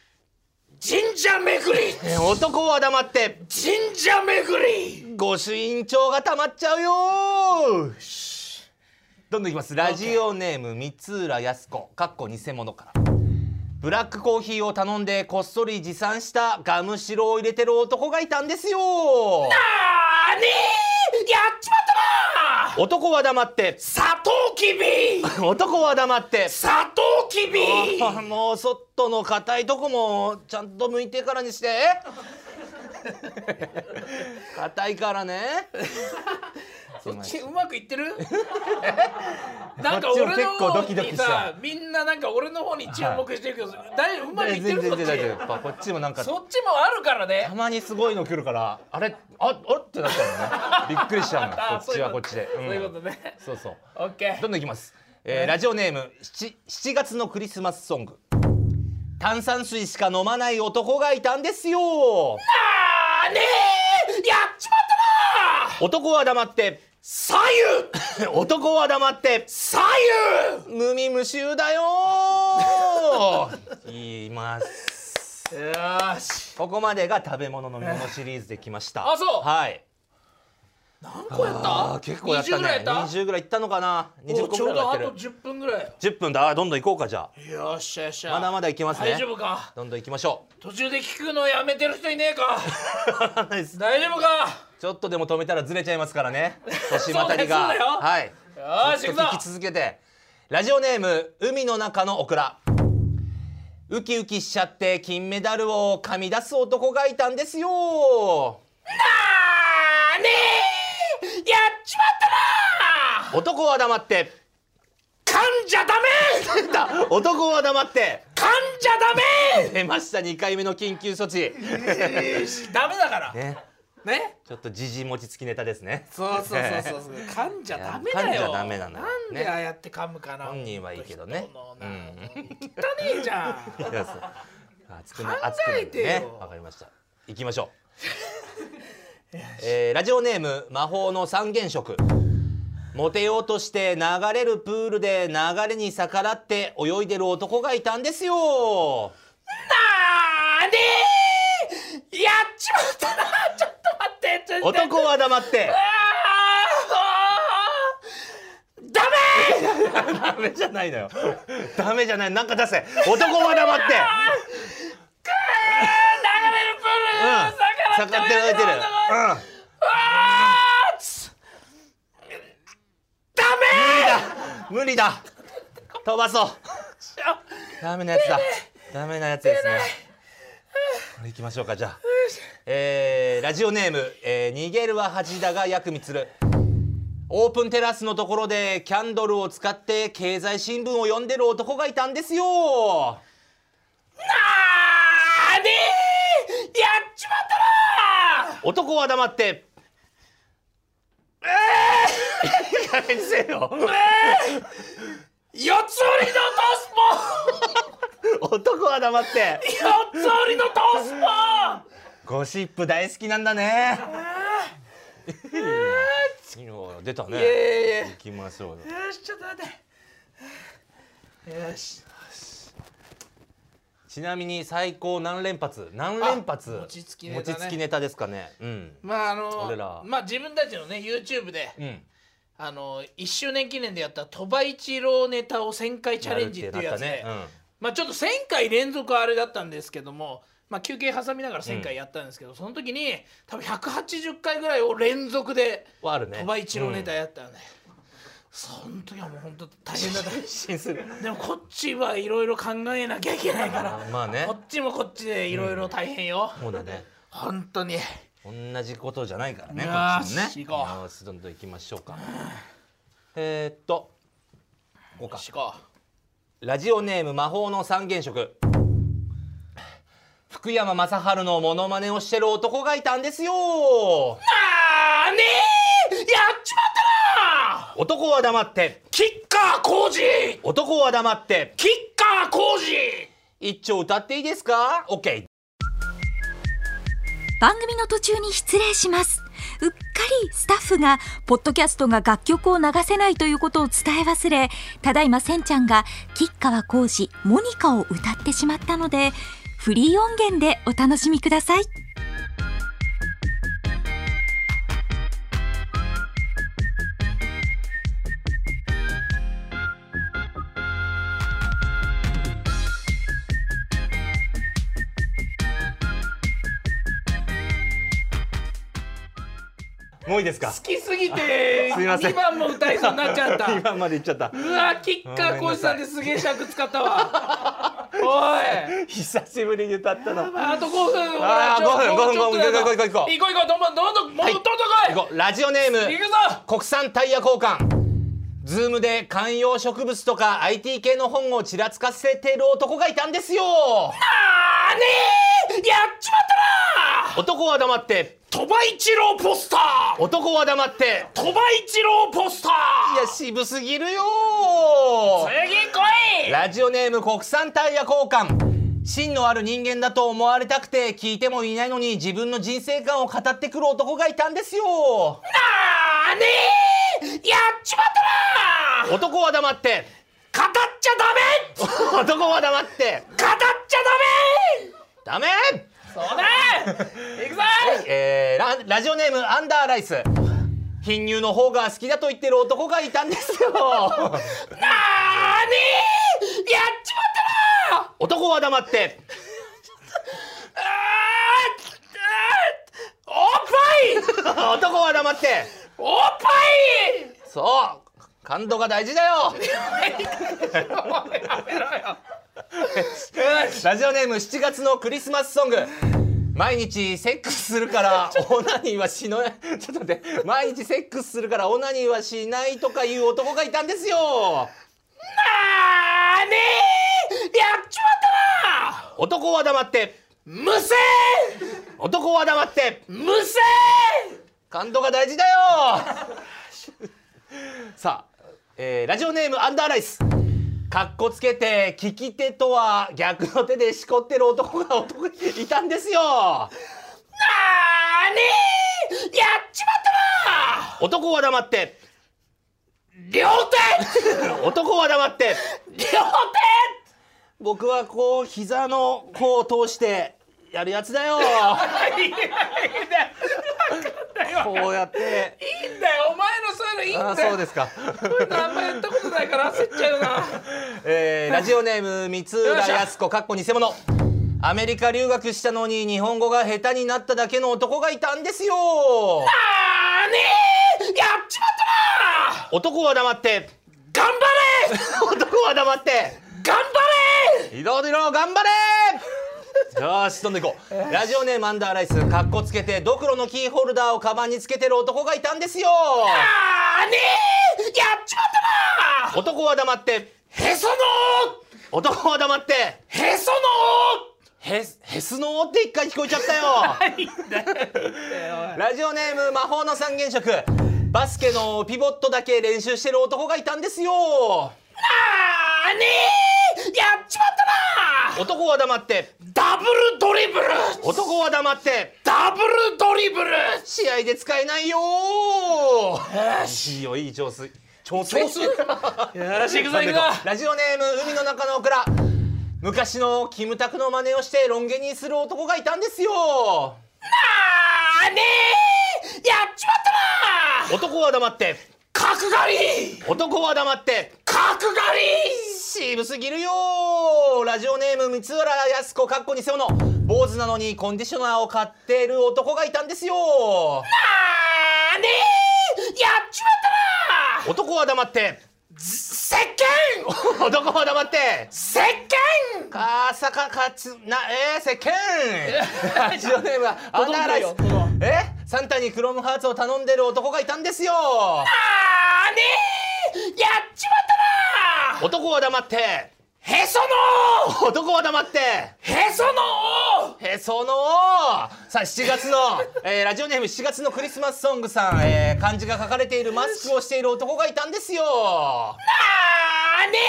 Speaker 1: 神社巡り
Speaker 2: えー男は黙って、
Speaker 1: 神社巡り
Speaker 2: 御朱印帳がたまっちゃうよ。どんどんいきます。ラジオネーム三浦康子、かっこ偽物から。ブラックコーヒーを頼んでこっそり持参したガムシロを入れてる男がいたんですよ。
Speaker 1: あーねえやっちまったな
Speaker 2: 男は黙って、
Speaker 1: サトウキビ
Speaker 2: 男は黙って。
Speaker 1: サトウキビ
Speaker 2: あもうそっとの硬いとこもちゃんと向いてからにして。硬いから ね。
Speaker 1: こっちうまくいってる なんか
Speaker 2: こっ
Speaker 1: 俺
Speaker 2: ち
Speaker 1: の
Speaker 2: も結構ド
Speaker 1: 方
Speaker 2: キドキ
Speaker 1: に
Speaker 2: し
Speaker 1: さ
Speaker 2: た
Speaker 1: みんななんか俺の方に注目してるけど、大丈夫うまくい
Speaker 2: 全
Speaker 1: って
Speaker 2: 然全然
Speaker 1: るこっ
Speaker 2: 大丈夫。やっ
Speaker 1: ち
Speaker 2: ぱこっちもなんか
Speaker 1: そっちもあるからね
Speaker 2: たまにすごいの来るからあれああれってなっちゃうのね びっくりしちゃうの
Speaker 1: あ
Speaker 2: こっちはこっちで
Speaker 1: そういうこ
Speaker 2: う
Speaker 1: と
Speaker 2: ん
Speaker 1: ね
Speaker 2: そうそう
Speaker 1: オッケ
Speaker 2: どんどんいきます、えーラジオネーム 7, 7月のクリスマスソング炭酸水しか飲まない男がいたんですよ
Speaker 1: ああねえやっちまったな
Speaker 2: 男は黙って
Speaker 1: 左右
Speaker 2: 男は黙って
Speaker 1: 左右
Speaker 2: 無味無臭 だよー言います
Speaker 1: よーし
Speaker 2: ここまでが食べ物飲み物シリーズできました
Speaker 1: あそう
Speaker 2: はい
Speaker 1: 何個やった
Speaker 2: あー結構やった
Speaker 1: 20ぐらい
Speaker 2: ね
Speaker 1: やった
Speaker 2: 20ぐらいいったのかな
Speaker 1: お
Speaker 2: 20
Speaker 1: う
Speaker 2: 個
Speaker 1: ち
Speaker 2: ぐら
Speaker 1: ょう
Speaker 2: いは
Speaker 1: ど
Speaker 2: や
Speaker 1: あ
Speaker 2: って
Speaker 1: と
Speaker 2: る
Speaker 1: 10分ぐらい
Speaker 2: 10分だあーどんどん行こうかじゃあ
Speaker 1: よっしゃよっしゃ
Speaker 2: まだまだ行けますね
Speaker 1: 大丈夫か
Speaker 2: どんどん行きましょ
Speaker 1: 途中で聞くのやめてる人いねえか
Speaker 2: うないです
Speaker 1: 大丈夫か
Speaker 2: ちょっとでも止めたらずれちゃいますから ね年またりが
Speaker 1: そうだよそうだよ
Speaker 2: はい
Speaker 1: よーし
Speaker 2: ずっと
Speaker 1: 行くぞ
Speaker 2: 聞き続けてラジオネーム海の中のオクラウキウキしちゃって金メダルを噛み出す男がいたんですよ
Speaker 1: あーねえやっちまったな
Speaker 2: 男は黙って
Speaker 1: 噛んじゃダメ
Speaker 2: 出た男は黙って
Speaker 1: 噛んじゃダメ
Speaker 2: 出ました2回目の緊急措置
Speaker 1: ダメだからね
Speaker 2: ねちょっとじじ餅つきネタですね
Speaker 1: そうそうそうそうそう噛んじゃダメだ
Speaker 2: いや
Speaker 1: よ
Speaker 2: 噛んじゃダメなのよ
Speaker 1: なんでああやって噛むかな
Speaker 2: 本人はいいけどね
Speaker 1: 人のな汚ねえじゃん
Speaker 2: いやそう熱くな
Speaker 1: 考
Speaker 2: 熱くな
Speaker 1: え
Speaker 2: る
Speaker 1: てよ
Speaker 2: ねわかりました行きましょう、えーラジオネーム魔法の三原色モテようとして流れるプールで流れに逆らって泳いでる男がいたんですよ
Speaker 1: なーねーやっちまったなちょっと待ってちょっと
Speaker 2: 男は黙って
Speaker 1: あーダ
Speaker 2: ダ
Speaker 1: メー
Speaker 2: メじゃないのよダメじゃないなんか出せ男は黙って
Speaker 1: 流れるプール
Speaker 2: 逆らって泳いでる、うん
Speaker 1: あーつダメ
Speaker 2: 無理だ飛ばそう
Speaker 1: ー
Speaker 2: ダメなやつだダメなやつですねこれ行きましょうかじゃあ、えー、ラジオネーム、えー逃げるは恥だが薬味つるオープンテラスのところでキャンドルを使って経済新聞を読んでる男がいたんですよ
Speaker 1: あーねーやっちまったなー
Speaker 2: 男は黙ってええー、や めにせえよ
Speaker 1: 四つ折りのトース
Speaker 2: 男は黙って
Speaker 1: ポ四つ折りのトースポ
Speaker 2: ゴシップ大好きなんだねいいよ出たね
Speaker 1: いやいやい
Speaker 2: 行きましょうよ
Speaker 1: やよしちょっと待ってよし
Speaker 2: ちなみに最高何連発何連発
Speaker 1: あ餅つきネタね
Speaker 2: 餅つきネタですかねうん
Speaker 1: まああの
Speaker 2: 俺ら
Speaker 1: まあ自分たちのね YouTube で、
Speaker 2: うん
Speaker 1: あの1周年記念でやった鳥羽一郎ネタを1000回チャレンジっていうやつで、
Speaker 2: やるってなったね
Speaker 1: まあちょっと1000回連続はあれだったんですけども、まあ、休憩挟みながら1000回やったんですけど、その時に多分180回ぐらいを連続で
Speaker 2: はあるね
Speaker 1: 鳥羽一郎ネタやったよね、その時はもう本当大変だった
Speaker 2: 信する
Speaker 1: でもこっちはいろいろ考えなきゃいけないから
Speaker 2: あまあね
Speaker 1: こっちもこっちでいろいろ大変よ、
Speaker 2: そうだね
Speaker 1: 本当に
Speaker 2: 同じことじゃないからね
Speaker 1: よ
Speaker 2: こ
Speaker 1: ー
Speaker 2: っ
Speaker 1: し
Speaker 2: ちもね
Speaker 1: 行こう
Speaker 2: よーしどんどん行きましょうかえーっとこうか
Speaker 1: よし行こ
Speaker 2: ラジオネーム魔法の三原色福山雅治のモノマネをしてる男がいたんですよ
Speaker 1: うなあねえやっちまったな
Speaker 2: 男は黙って
Speaker 1: キッカー工事
Speaker 2: 男は黙って
Speaker 1: キッカー工事
Speaker 2: 一丁歌っていいですか ?OK
Speaker 3: 番組の途中に失礼しますうっかりスタッフがポッドキャストが楽曲を流せないということを伝え忘れただいませんちゃんが吉川浩司モニカを歌ってしまったのでフリー音源でお楽しみください
Speaker 2: もういいですか
Speaker 1: 好きすぎて
Speaker 2: すいません
Speaker 1: 2番も歌いそうになっちゃっ た
Speaker 2: 今まで言っちゃった
Speaker 1: うわキッカー浩司さんですげえ尺使ったわおい
Speaker 2: 久しぶりに歌ったの
Speaker 1: あと5分ほら
Speaker 2: あー
Speaker 1: ちょ
Speaker 2: 5分
Speaker 1: もうちょっとだぞ
Speaker 2: 5分5分5分5分
Speaker 1: 行こう行こうどんどんどんどんもう
Speaker 2: はい
Speaker 1: どんどん来い
Speaker 2: 行こうラジオネー
Speaker 1: 行
Speaker 2: ム
Speaker 1: くぞ
Speaker 2: 国産タイヤ交換ズームで観葉植物とか IT 系の本をちらつかせてる男がいたんですよ
Speaker 1: あーねえやっちまったな
Speaker 2: 男は黙って
Speaker 1: 鳥羽一郎ポスター
Speaker 2: 男は黙って
Speaker 1: 鳥羽一郎ポスタ
Speaker 2: い
Speaker 1: ー
Speaker 2: や渋すぎるよ
Speaker 1: 次来い
Speaker 2: ラジオネーム国産タイヤ交換芯のある人間だと思われたくて聞いてもいないのに自分の人生観を語ってくる男がいたんですよ
Speaker 1: あねーやっちまったな
Speaker 2: 男は黙って
Speaker 1: 語っちゃダメ語っ
Speaker 2: 男は黙って
Speaker 1: ちゃ
Speaker 2: ダ
Speaker 1: ダメ
Speaker 2: メ
Speaker 1: そうだいくぞ
Speaker 2: えー、ララジオネームアンダーライス貧乳の方が好きだと言ってる男がいたんですよ
Speaker 1: なーにやっちまったな
Speaker 2: 男は黙って
Speaker 1: あーあーおっぱい
Speaker 2: 男は黙って
Speaker 1: おっぱい
Speaker 2: そう感度が大事だよラジオネーム7月のクリスマスソング毎日セックスするからオナニーはしないちょっと待って毎日セックスするからオナニーはしないとかいう男がいたんですよ
Speaker 1: なーにやっちまったな
Speaker 2: 男は黙って
Speaker 1: 無声
Speaker 2: 男は黙って
Speaker 1: 無声
Speaker 2: 感度が大事だよ さあ、えーラジオネームアンダーライスかっこつけて聞き手とは逆の手でしこってる男が男にいたんですよ
Speaker 1: なーにやっちまったな
Speaker 2: 男は黙って
Speaker 1: 両手
Speaker 2: 男は黙って
Speaker 1: 両手
Speaker 2: 僕はこう膝の甲を通してやるやつだよ
Speaker 1: いいんだよ
Speaker 2: こうやって
Speaker 1: いいんだよお前のそういうのいいんだ
Speaker 2: あ
Speaker 1: よ
Speaker 2: そうですか、
Speaker 1: こういうのあんまやったことないから焦っちゃうな
Speaker 2: えーラジオネーム三浦康子かっこ偽物アメリカ留学したのに日本語が下手になっただけの男がいたんですよ
Speaker 1: あーねーやっちまったな
Speaker 2: 男は黙って
Speaker 1: 頑張れ
Speaker 2: 男は黙って
Speaker 1: 頑張れ
Speaker 2: いろいろ頑張れよし飛んでいこうラジオネームアンダーライスかっこつけてドクロのキーホルダーをカバンにつけてる男がいたんですよ
Speaker 1: あーねーやっちまったな
Speaker 2: 男は黙って
Speaker 1: へその
Speaker 2: 男は黙って
Speaker 1: 緒へその
Speaker 2: へへすのーって一回聞こえちゃったよ
Speaker 1: 緒いいんだよ
Speaker 2: ラジオネーム魔法の三原色バスケのピボットだけ練習してる男がいたんですよ
Speaker 1: あーねーやっちまったな
Speaker 2: 男は黙って
Speaker 1: ダブルドリブル
Speaker 2: 男は黙って
Speaker 1: ダブルドリブル
Speaker 2: 試合で使えないよよしよいい調水調水
Speaker 1: 調子よし行くぞ行くぞ
Speaker 2: ラジオネーム海の中のオクラ昔のキムタクの真似をしてロン毛にする男がいたんですよ
Speaker 1: あーねーやっちまったな
Speaker 2: 男は黙って
Speaker 1: 角刈り
Speaker 2: 男は黙って
Speaker 1: 角刈
Speaker 2: 渋すぎるよラジオネーム三浦康子かっこ偽物坊主なのにコンディショナーを買ってる男がいたんですよ
Speaker 1: りあーねーやっちまったな
Speaker 2: 男は黙って
Speaker 1: 石鹸
Speaker 2: 男は黙って
Speaker 1: 石鹸
Speaker 2: かさかかつなえー、石鹸 ラジオネームはアンダーライス
Speaker 1: 届いてるよ
Speaker 2: えサンタにクロムハーツを頼んでる男がいたんですよ
Speaker 1: あーねーやっちまったな
Speaker 2: 男は黙って
Speaker 1: へその
Speaker 2: 男は黙って
Speaker 1: へその
Speaker 2: へその緒さあ7月の、えーラジオネーム7月のクリスマスソングさん、えー漢字が書かれているマスクをしている男がいたんですよ
Speaker 1: あーね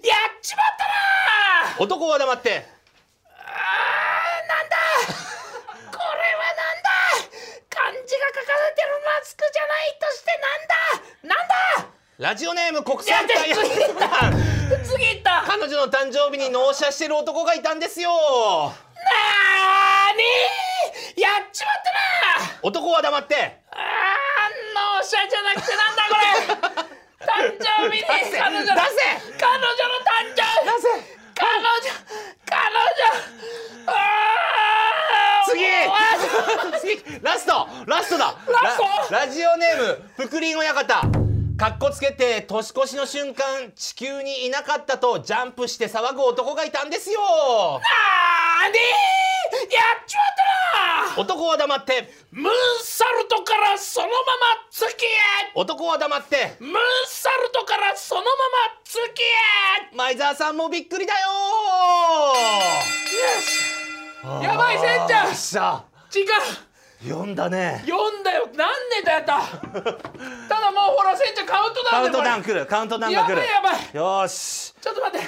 Speaker 1: ーやっちまったな
Speaker 2: 男は黙って
Speaker 1: あーなんだこれはなんだ漢字が書かれてるマスクじゃないとしてなんだなんだ
Speaker 2: ラジオネーム国産
Speaker 1: いや
Speaker 2: 太陽
Speaker 1: 次行った次行った
Speaker 2: 彼女の誕生日に納車してる男がいたんですよ
Speaker 1: なーにーやっちまったな
Speaker 2: 男は黙って
Speaker 1: あー納車じゃなくてなんだ これ誕生日
Speaker 2: 出
Speaker 1: に
Speaker 2: せ
Speaker 1: 彼女の
Speaker 2: 出せ
Speaker 1: 彼女の誕生
Speaker 2: な
Speaker 1: 日
Speaker 2: ぜ
Speaker 1: 彼女彼女あー
Speaker 2: 次
Speaker 1: あ
Speaker 2: 次ラストラストだ
Speaker 1: ラスト
Speaker 2: ララジオネーム福林親方かっこつけて年越しの瞬間地球にいなかったとジャンプして騒ぐ男がいたんですよ
Speaker 1: あーにーやっちまったな
Speaker 2: 男は黙って
Speaker 1: ムーンサルトからそのまま月へ
Speaker 2: 男は黙って
Speaker 1: ムーンサルトからそのまま月へ
Speaker 2: 前澤さんもびっくりだよ
Speaker 1: よしやばいせんちゃん
Speaker 2: よっしゃ
Speaker 1: 時間
Speaker 2: 読んだね
Speaker 1: 読んだよ何ネタや ったただもうほらせんちゃんカウントダ
Speaker 2: カ
Speaker 1: ウ
Speaker 2: ウ
Speaker 1: ン
Speaker 2: ン
Speaker 1: だ
Speaker 2: ト
Speaker 1: よ
Speaker 2: ダウン
Speaker 1: これ
Speaker 2: 来るカウントダウン
Speaker 1: や
Speaker 2: が来
Speaker 1: ばい
Speaker 2: る
Speaker 1: やばい
Speaker 2: よーし
Speaker 1: ちょっと待って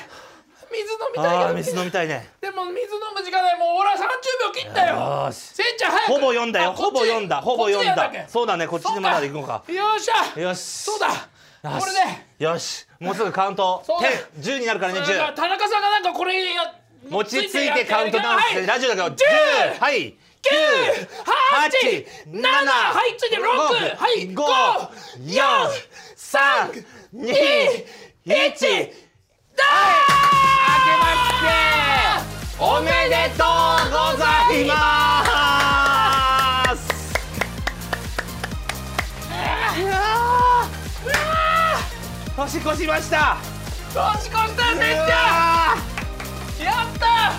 Speaker 1: 水飲み
Speaker 2: あ
Speaker 1: た
Speaker 2: あ
Speaker 1: いけ
Speaker 2: 水
Speaker 1: ど
Speaker 2: 飲みたいね
Speaker 1: でも水飲む時間ないもう俺は30秒切ったよ
Speaker 2: よし
Speaker 1: せんちゃん早く
Speaker 2: ほぼ読んだよ
Speaker 1: あこ
Speaker 2: ほ
Speaker 1: っち
Speaker 2: ぼ読んだほぼ読ん
Speaker 1: こっちでや
Speaker 2: だ
Speaker 1: んけ
Speaker 2: そうだねこっちでまだ行こうか
Speaker 1: よっしゃ
Speaker 2: よし
Speaker 1: そうだ
Speaker 2: よし
Speaker 1: これで
Speaker 2: よしもうすぐカウント
Speaker 1: そうだ
Speaker 2: 10 10になるからね
Speaker 1: なんか
Speaker 2: 10
Speaker 1: 田中さんがなんかこれや
Speaker 2: 持ちついてカウントダウンしてラジオだから
Speaker 1: 10
Speaker 2: 10はい
Speaker 1: 九八
Speaker 2: 8 7
Speaker 1: 七はい次六はい
Speaker 2: 5
Speaker 1: 五
Speaker 2: 4 3 2 1
Speaker 1: だあけまして
Speaker 2: おめでとうございますいやー年越しました
Speaker 1: 年越した
Speaker 2: う
Speaker 1: んですか
Speaker 2: わ
Speaker 1: やった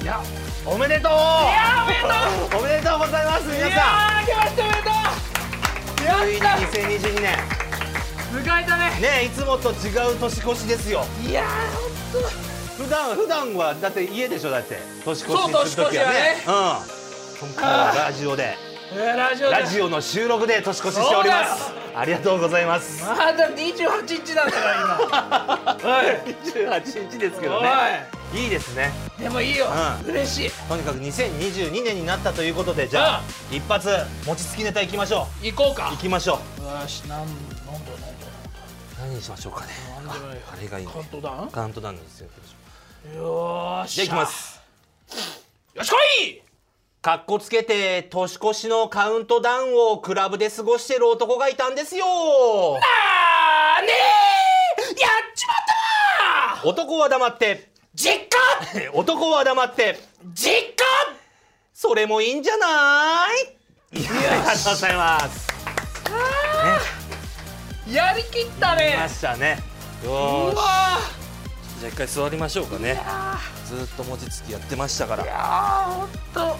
Speaker 2: ーいやおめでとう
Speaker 1: やおめで
Speaker 2: おめでとうございます
Speaker 1: い
Speaker 2: 皆
Speaker 1: や
Speaker 2: さ
Speaker 1: ーあけましておめでと
Speaker 2: んつ
Speaker 1: う
Speaker 2: い
Speaker 1: やっ
Speaker 2: に
Speaker 1: た
Speaker 2: 2022年
Speaker 1: 迎えたね
Speaker 2: ねいつもと違う年越しですよ
Speaker 1: いやー本
Speaker 2: 普段普段はだって家でしょだって年越し
Speaker 1: そう
Speaker 2: する時はねうん今回はラジオで
Speaker 1: 当。えーラジオで
Speaker 2: ラジオの収録で年越ししております
Speaker 1: そ
Speaker 2: ありがとうございます
Speaker 1: まだ28日なんだから
Speaker 2: 28日ですけどねいいですね
Speaker 1: 今でもいいよ、
Speaker 2: う
Speaker 1: 嬉し
Speaker 2: とにかく2022年になったということでじゃあ
Speaker 1: あ
Speaker 2: 一発餅つきネタいきましょ
Speaker 1: い行こうか
Speaker 2: ういきましょ
Speaker 1: よしなんなんだなんだ
Speaker 2: う何にしましょうかね
Speaker 1: なんだなんだよ
Speaker 2: あれがいいね
Speaker 1: カウントダウン
Speaker 2: カウントダウンですよ
Speaker 1: よーし
Speaker 2: じゃあいきます
Speaker 1: よし来い
Speaker 2: かっこつけて年越しのカウントダウンをクラブで過ごしてる男がいたんですよ
Speaker 1: あーねーやっちまったー
Speaker 2: 男は黙って
Speaker 1: 実家
Speaker 2: 男は黙って
Speaker 1: 実家
Speaker 2: それもいいんじゃないいやありがとうございます
Speaker 1: あーやりきった
Speaker 2: 来ま
Speaker 1: ね
Speaker 2: したね
Speaker 1: う
Speaker 2: よーし
Speaker 1: わ
Speaker 2: じゃあ一回座りましょうかね
Speaker 1: ー
Speaker 2: ずーっと餅つきやってましたか
Speaker 1: い
Speaker 2: ら
Speaker 1: やーほんと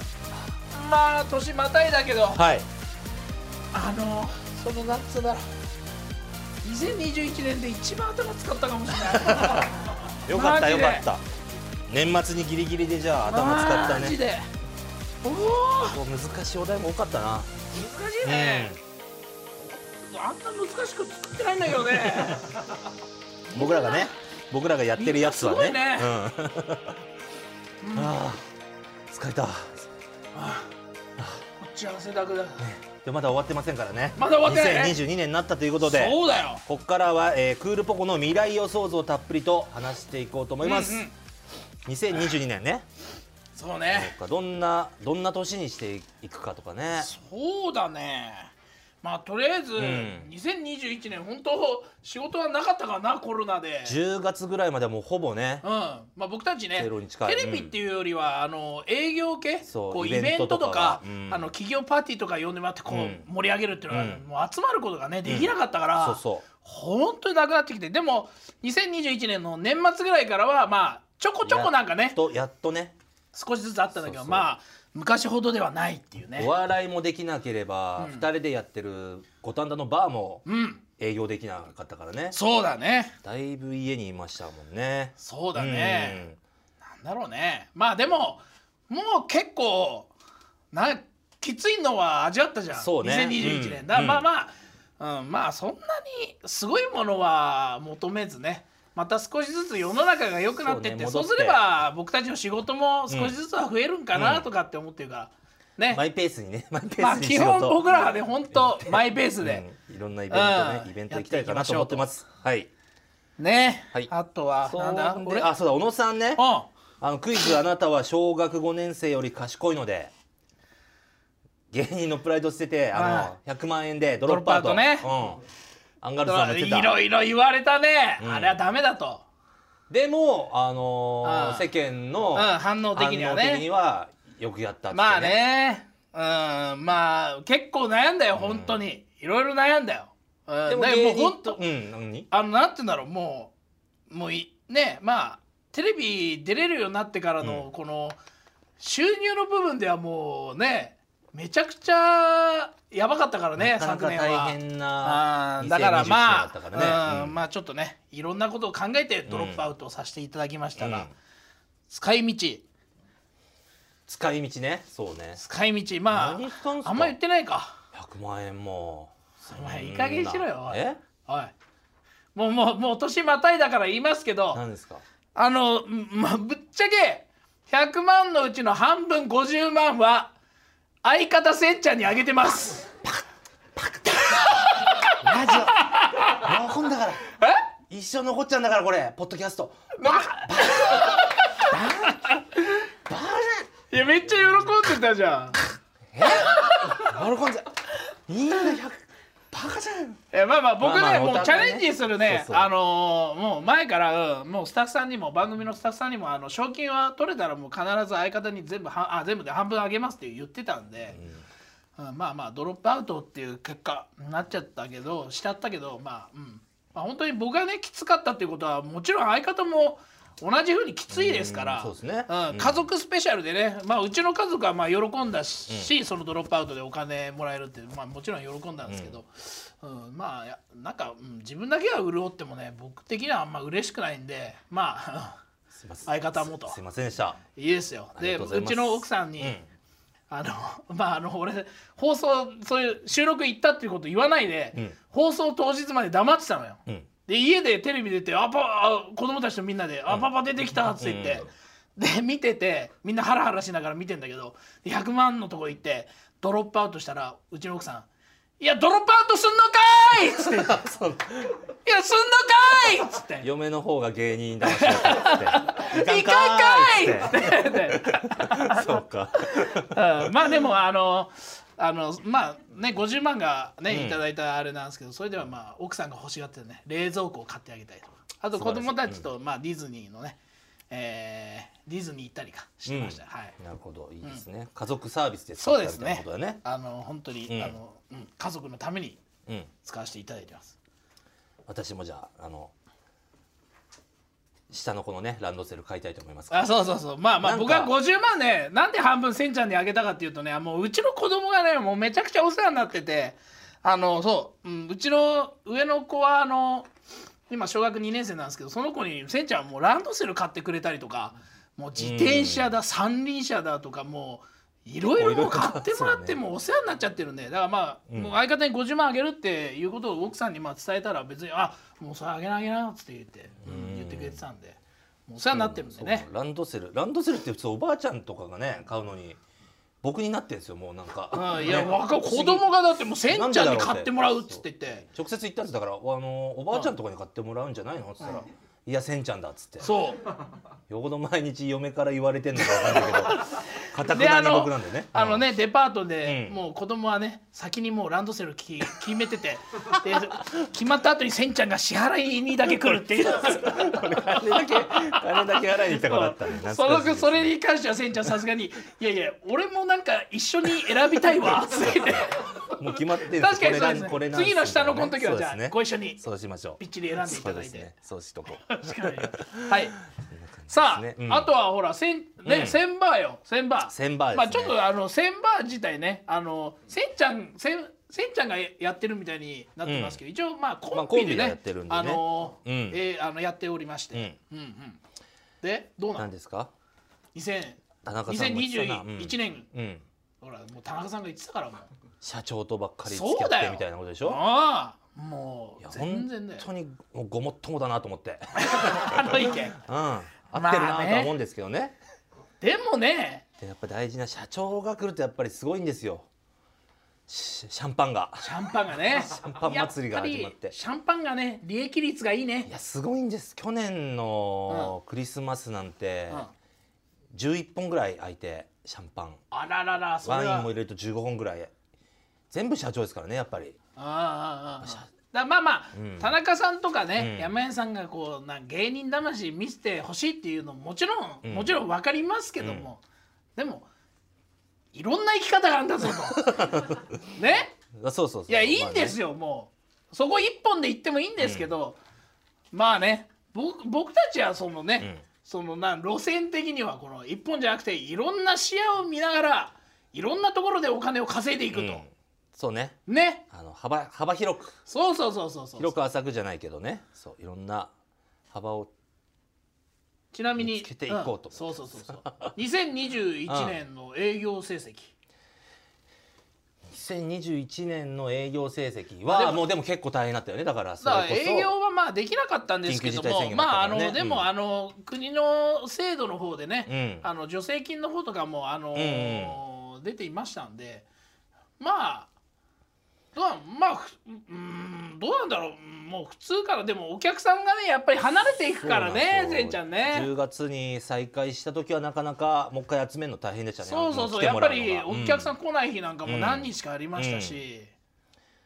Speaker 1: まあ年またいだけど
Speaker 2: はい
Speaker 1: あのー、そのなんつうだろう2021年で一番頭使ったかもしれない
Speaker 2: よかった
Speaker 1: マジ
Speaker 2: よ
Speaker 1: で
Speaker 2: かった年末にギリギリでじゃあ 頭使った
Speaker 1: マジ
Speaker 2: ね
Speaker 1: でおお
Speaker 2: こう難しいお題も多かったな
Speaker 1: 難しいね、あんな難しく作ってないんだけ どね
Speaker 2: うん僕らがね僕らがやってるやつはね
Speaker 1: みんなす
Speaker 2: うんああ疲れた
Speaker 1: こっち汗だくだ
Speaker 2: でまだ終わってませんからね
Speaker 1: まだ終わってないね
Speaker 2: 2022年になったということで
Speaker 1: そうだよ
Speaker 2: ここからは、えークールポコの未来予想像をたっぷりと話していこうと思います、
Speaker 1: うんうん
Speaker 2: 2022年ね
Speaker 1: そうね
Speaker 2: そっかどんなどんな年にしていくかとかね
Speaker 1: そうだねまあとりあえず、
Speaker 2: ん
Speaker 1: 2021年本当仕事はなかったからなコロナで
Speaker 2: 10月ぐらいまではもうほぼね
Speaker 1: うんまあ、僕たちね
Speaker 2: ゼロに近い
Speaker 1: テレビっていうよりは、あの営業系
Speaker 2: そう
Speaker 1: こう
Speaker 2: イ
Speaker 1: イ
Speaker 2: ベント
Speaker 1: ベントと
Speaker 2: とか
Speaker 1: か
Speaker 2: うん
Speaker 1: あの企業パーティーとか呼んでもらってこう、
Speaker 2: うん
Speaker 1: 盛り上げるっていうのは、
Speaker 2: うん
Speaker 1: もう集まることがねできなかったから、
Speaker 2: そうそ
Speaker 1: 本当になくなってきてでも2021年の年末ぐらいからはまあちょこ
Speaker 2: う
Speaker 1: ちょこなんか
Speaker 2: や
Speaker 1: ね
Speaker 2: っとやっとね
Speaker 1: 少しずつあったんだけど
Speaker 2: そうそう
Speaker 1: まあ昔ほどではないっていうね
Speaker 2: お笑いもできなければ、
Speaker 1: うん
Speaker 2: 2人でやってる五反田のバーも
Speaker 1: うん
Speaker 2: 営業できなかったからね
Speaker 1: そうだね
Speaker 2: だいぶ家にいましたもんね
Speaker 1: そうだね、なんだろうねまあでももう結構なきついのは味わったじゃん
Speaker 2: そうね
Speaker 1: 2021
Speaker 2: うん
Speaker 1: 年だ、
Speaker 2: うん
Speaker 1: まあまあ、うん、まあそんなにすごいものは求めずねまた少しずつ世の中が良くなってって
Speaker 2: そうね
Speaker 1: そう,、
Speaker 2: 戻って
Speaker 1: すれば僕たちの仕事も少しずつは増えるんか
Speaker 2: う
Speaker 1: なんとかって思ってるから、
Speaker 2: う
Speaker 1: ね
Speaker 2: んマイペースにね マイペ
Speaker 1: ま
Speaker 2: ー
Speaker 1: あ
Speaker 2: スに
Speaker 1: 基
Speaker 2: 仕事
Speaker 1: 本僕らはね本当マイペースで、
Speaker 2: うんいろんなイベントね
Speaker 1: うん
Speaker 2: イベント行きたいかなと思ってますはい
Speaker 1: ね、
Speaker 2: はい
Speaker 1: あとは
Speaker 2: そう
Speaker 1: なんだ
Speaker 2: で
Speaker 1: 俺
Speaker 2: あそうだ小野さんね
Speaker 1: うん
Speaker 2: あのクイズあなたは小学5年生より賢いので芸人のプライド捨ててあの100万円でドロップアウト
Speaker 1: ドロッ
Speaker 2: うん、アンガールズさんが言ってた
Speaker 1: いろいろ言われたね、
Speaker 2: うん
Speaker 1: あれはダメだと。
Speaker 2: でもあのー
Speaker 1: う
Speaker 2: 世
Speaker 1: ん
Speaker 2: 間の、
Speaker 1: うん反応的にはね
Speaker 2: 反応的にはよくやったっつって、ね、
Speaker 1: まあねうんまあ結構悩んだよ本当に、いろいろ悩んだよ、うん、
Speaker 2: でも
Speaker 1: だから
Speaker 2: 芸
Speaker 1: もう
Speaker 2: 人
Speaker 1: 本当
Speaker 2: うん何
Speaker 1: あのなんて言うんだろうもうもういねまあテレビ出れるようになってからの、
Speaker 2: う
Speaker 1: この収入の部分ではもうねめちゃくちゃやばかったからね
Speaker 2: なかなか
Speaker 1: 昨年は。
Speaker 2: 大変な
Speaker 1: あーだからまあ
Speaker 2: 2020年だったからね
Speaker 1: うん
Speaker 2: うん
Speaker 1: まあちょっとねいろんなことを考えてドロップアウトをさせていただきましたが、
Speaker 2: うん
Speaker 1: 使い道
Speaker 2: 使い道ねそうね
Speaker 1: 使い道ま
Speaker 2: 何したんす
Speaker 1: あ
Speaker 2: か
Speaker 1: あんま言ってないか
Speaker 2: 100万円も
Speaker 1: お前いい加減にしろよ
Speaker 2: そんな
Speaker 1: おい
Speaker 2: え
Speaker 1: おいもうもうもう年またいだから言いますけど
Speaker 2: 何ですか
Speaker 1: あの、まあ、ぶっちゃけ100万のうちの半分50万は相方せんちゃんにあげてます
Speaker 2: ラジオ残んだから一生残っちゃうんだからこれポッドキャスト
Speaker 1: いやめっちゃ喜んでたじゃん
Speaker 2: 喜んじゃみんな100バカじゃん
Speaker 1: えまあまあ僕ね、
Speaker 2: まあまあ
Speaker 1: も
Speaker 2: お互いね
Speaker 1: うチャレンジするね
Speaker 2: そうそう
Speaker 1: あのーもう前から、うんもうスタッフさんにも番組のスタッフさんにもあの賞金は取れたらもう必ず相方に全部はあ全部で半分あげますって言ってたんで、うんまあまあドロップアウトっていう結果になっちゃったけどしちゃったけどまあうん、まあ、本当に僕がねきつかったっていうことはもちろん相方も同じふうにきついですから、
Speaker 2: うんそうですね
Speaker 1: うん
Speaker 2: うん
Speaker 1: 家族スペシャルでね、まあ、うちの家族はまあ喜んだし、そのドロップアウトでお金もらえるって、まあ、もちろん喜んだんですけど、うんまあやなんか、うん自分だけは潤ってもね僕的にはあんま嬉しくないんでまあ
Speaker 2: すいません
Speaker 1: 相方もと
Speaker 2: すいませんでした
Speaker 1: いいですよ。
Speaker 2: あり
Speaker 1: で
Speaker 2: がとうございうます
Speaker 1: ちの奥さんに、
Speaker 2: うん
Speaker 1: あの まああの俺放送そういう収録行ったっていうこと言わないで、
Speaker 2: うん
Speaker 1: 放送当日まで黙ってたのよ。
Speaker 2: うん
Speaker 1: で家でテレビ出てあパあ子供たちとみんなで「あパパ出てきた」っつって言って、で見ててみんなハラハラしながら見てんだけど100万のとこ行ってドロップアウトしたらうちの奥さん「いやドロップアウトすんのかい!」っつって「いやすんのかい!」っつって
Speaker 2: 嫁の方が芸人だましやがって
Speaker 1: 「い
Speaker 2: い
Speaker 1: かんかい!」
Speaker 2: っつっ
Speaker 1: っつって。
Speaker 2: てそうか
Speaker 1: うんまあでもあのあのまあね50万がね、いただいたあれなんですけどそれではまあ奥さんが欲しがってるね冷蔵庫を買ってあげたりとかあと子供たちと、まあディズニーのね、えーディズニー行ったりかしてました、
Speaker 2: うん
Speaker 1: はい
Speaker 2: なるほどいいですね家族サービスです
Speaker 1: そうです
Speaker 2: みたい
Speaker 1: ね
Speaker 2: なことだね
Speaker 1: あの本当に、
Speaker 2: うん
Speaker 1: あのうん家族のために
Speaker 2: うん
Speaker 1: 使わせていただいてます
Speaker 2: 私もじゃああの下のこのねランドセル買いたいと思いますから
Speaker 1: あそうそうそうまあまあ
Speaker 2: なん
Speaker 1: 僕
Speaker 2: か
Speaker 1: は50万ねなんで半分せんちゃんにあげたかっていうとねもううちの子供がねもうめちゃくちゃお世話になっててあのそう、うん、うちの上の子はあの今小学2年生なんですけどその子にせんちゃんはもうランドセル買ってくれたりとかもう自転車だ三輪車だとかもういろいろもう買ってもらっ
Speaker 2: そう
Speaker 1: て
Speaker 2: ね
Speaker 1: もうお世話になっちゃってるんでだからまあ、もう相方に50万あげるっていうことを奥さんにまあ伝えたら別に「あもうそれあげなあげな」っつって言って、うん言ってくれてたんでもうお世話になってるんで
Speaker 2: そう
Speaker 1: ね。
Speaker 2: ランドセルランドセルって普通おばあちゃんとかがね買うのに僕になってんですよもうなんか
Speaker 1: うんいや、
Speaker 2: ね
Speaker 1: 若い
Speaker 2: 不思
Speaker 1: 子
Speaker 2: 議
Speaker 1: 供がだってもうせんちゃんに買ってもらうっつって言って
Speaker 2: 直接言ったんですだからあのおばあちゃんとかに買ってもらうんじゃないのっつったら「いやせんちゃんだ」っつって
Speaker 1: そう
Speaker 2: よほど毎日嫁から言われてんのかわかんないけどかたく
Speaker 1: で
Speaker 2: な
Speaker 1: あ
Speaker 2: に
Speaker 1: の
Speaker 2: 僕なんでね
Speaker 1: あのねデパートで
Speaker 2: うん
Speaker 1: もう子供はね先にもうランドセルき 決めててで決まった後にせんちゃんが支払いにだけ来るっていう
Speaker 2: 金だけ 金だけ払いに来たからだったね懐か
Speaker 1: そ
Speaker 2: しい
Speaker 1: の
Speaker 2: です
Speaker 1: それに関してはせんちゃんさすがに「いやいや俺もなんか一緒に選びたいわ」っ つって言って
Speaker 2: もう決まってんです
Speaker 1: 確かに
Speaker 2: こ
Speaker 1: そう
Speaker 2: れ
Speaker 1: で
Speaker 2: なんこれな
Speaker 1: すね
Speaker 2: んす
Speaker 1: 次の下の子の時は
Speaker 2: み
Speaker 1: じ
Speaker 2: たい
Speaker 1: ゃ
Speaker 2: な
Speaker 1: あ、
Speaker 2: ねそう
Speaker 1: ご
Speaker 2: ですね
Speaker 1: 一緒に
Speaker 2: そうしましょう
Speaker 1: びっちり選んでいただ
Speaker 2: そうで
Speaker 1: いて
Speaker 2: すねそうしとこう
Speaker 1: 確かにはいさあ、
Speaker 2: ですねうん
Speaker 1: あとはほらせんね、
Speaker 2: うん
Speaker 1: センバーよセンバー
Speaker 2: センバーですね
Speaker 1: まあちょっとあのセンバー自体ねあのせんちゃんせんせんちゃんがやってるみたいになってますけど、一応まあコンビで
Speaker 2: まあコンビがや
Speaker 1: ね
Speaker 2: ってるんでね
Speaker 1: あの
Speaker 2: うん
Speaker 1: えーあのやっておりまして、うんうんでどうな
Speaker 2: 何
Speaker 1: ん
Speaker 2: ですか
Speaker 1: 2000
Speaker 2: 田中さんも言ってたな
Speaker 1: 2021年、
Speaker 2: うんうん
Speaker 1: ほらもう田中さんが言ってたからもう
Speaker 2: 社長とばっかり付き
Speaker 1: そ
Speaker 2: 合
Speaker 1: う
Speaker 2: っ
Speaker 1: だ
Speaker 2: て
Speaker 1: よ
Speaker 2: みたいなことでしょ
Speaker 1: ああも
Speaker 2: いうや
Speaker 1: 全然ね
Speaker 2: 本当にもうごもっともだなと思って、
Speaker 1: あの意見
Speaker 2: うん、合ってるな
Speaker 1: ま
Speaker 2: と
Speaker 1: あね
Speaker 2: は思うんですけどね,、
Speaker 1: でもね
Speaker 2: でやっぱ大事な社長が来るとやっぱりすごいんですよシシャンパンが
Speaker 1: シャンパンがねシ
Speaker 2: ャンパン祭りが始まって
Speaker 1: シャンパンがね利益率がいい
Speaker 2: い
Speaker 1: ね
Speaker 2: やすごいんです去年のクリスマスなんて
Speaker 1: うん
Speaker 2: 11本ぐらい空いてシャンパン
Speaker 1: あらららそれ
Speaker 2: ワ
Speaker 1: は
Speaker 2: インも入れると15本ぐらい全部社長ですからねやっぱり
Speaker 1: ああああああだまあまあ、
Speaker 2: うん
Speaker 1: 田中さんとかね、
Speaker 2: うん
Speaker 1: 山根さんがこうなん芸人魂見せてほしいっていうのももちろん、もちろん分かりますけども、でもいろんな生き方があるんだ ぞとね
Speaker 2: あそうそうそう
Speaker 1: いやいいんですよ、もうそこ一本で行ってもいいんですけど、まあね僕僕たちはそのね、
Speaker 2: うん
Speaker 1: そのなん路線的にはこの一本じゃなくていろんな視野を見ながらいろんなところでお金を稼いでいく
Speaker 2: まあね
Speaker 1: と
Speaker 2: うん、そうね
Speaker 1: ね
Speaker 2: あの幅幅広く
Speaker 1: そうそうそうそうそう
Speaker 2: 広く浅くじゃないけどねそういろんな幅を
Speaker 1: ちなみに
Speaker 2: 見つけていこうと思ってます
Speaker 1: んそうそうそうそう2021年の営業成績
Speaker 2: 2021年の営業成績
Speaker 1: まあ
Speaker 2: は
Speaker 1: でも
Speaker 2: もうでも結構大変だったよねだからそ
Speaker 1: だ
Speaker 2: れ
Speaker 1: か
Speaker 2: こ
Speaker 1: ら
Speaker 2: そ
Speaker 1: 営業はまあできなかったんですけど
Speaker 2: 緊急事態宣言
Speaker 1: も、
Speaker 2: だった
Speaker 1: まあ
Speaker 2: か
Speaker 1: あ
Speaker 2: らね
Speaker 1: ので
Speaker 2: うん
Speaker 1: もあの国の制度の方でね、
Speaker 2: うん
Speaker 1: あの助成金の方とかもあの、出ていましたんで、まあ。どうまあ、ふうーんどうなんだろうもう普通からでもお客さんがねやっぱり離れていくからね
Speaker 2: そう
Speaker 1: 善ちゃんね
Speaker 2: 10月に再開した時はなかなかもう一回集めるの大変でしたね
Speaker 1: そうそうそ
Speaker 2: 来
Speaker 1: う
Speaker 2: て
Speaker 1: やっ
Speaker 2: も
Speaker 1: ぱ
Speaker 2: らのが
Speaker 1: りお客さ
Speaker 2: うん
Speaker 1: 来ない日なんかも何日かありましたし、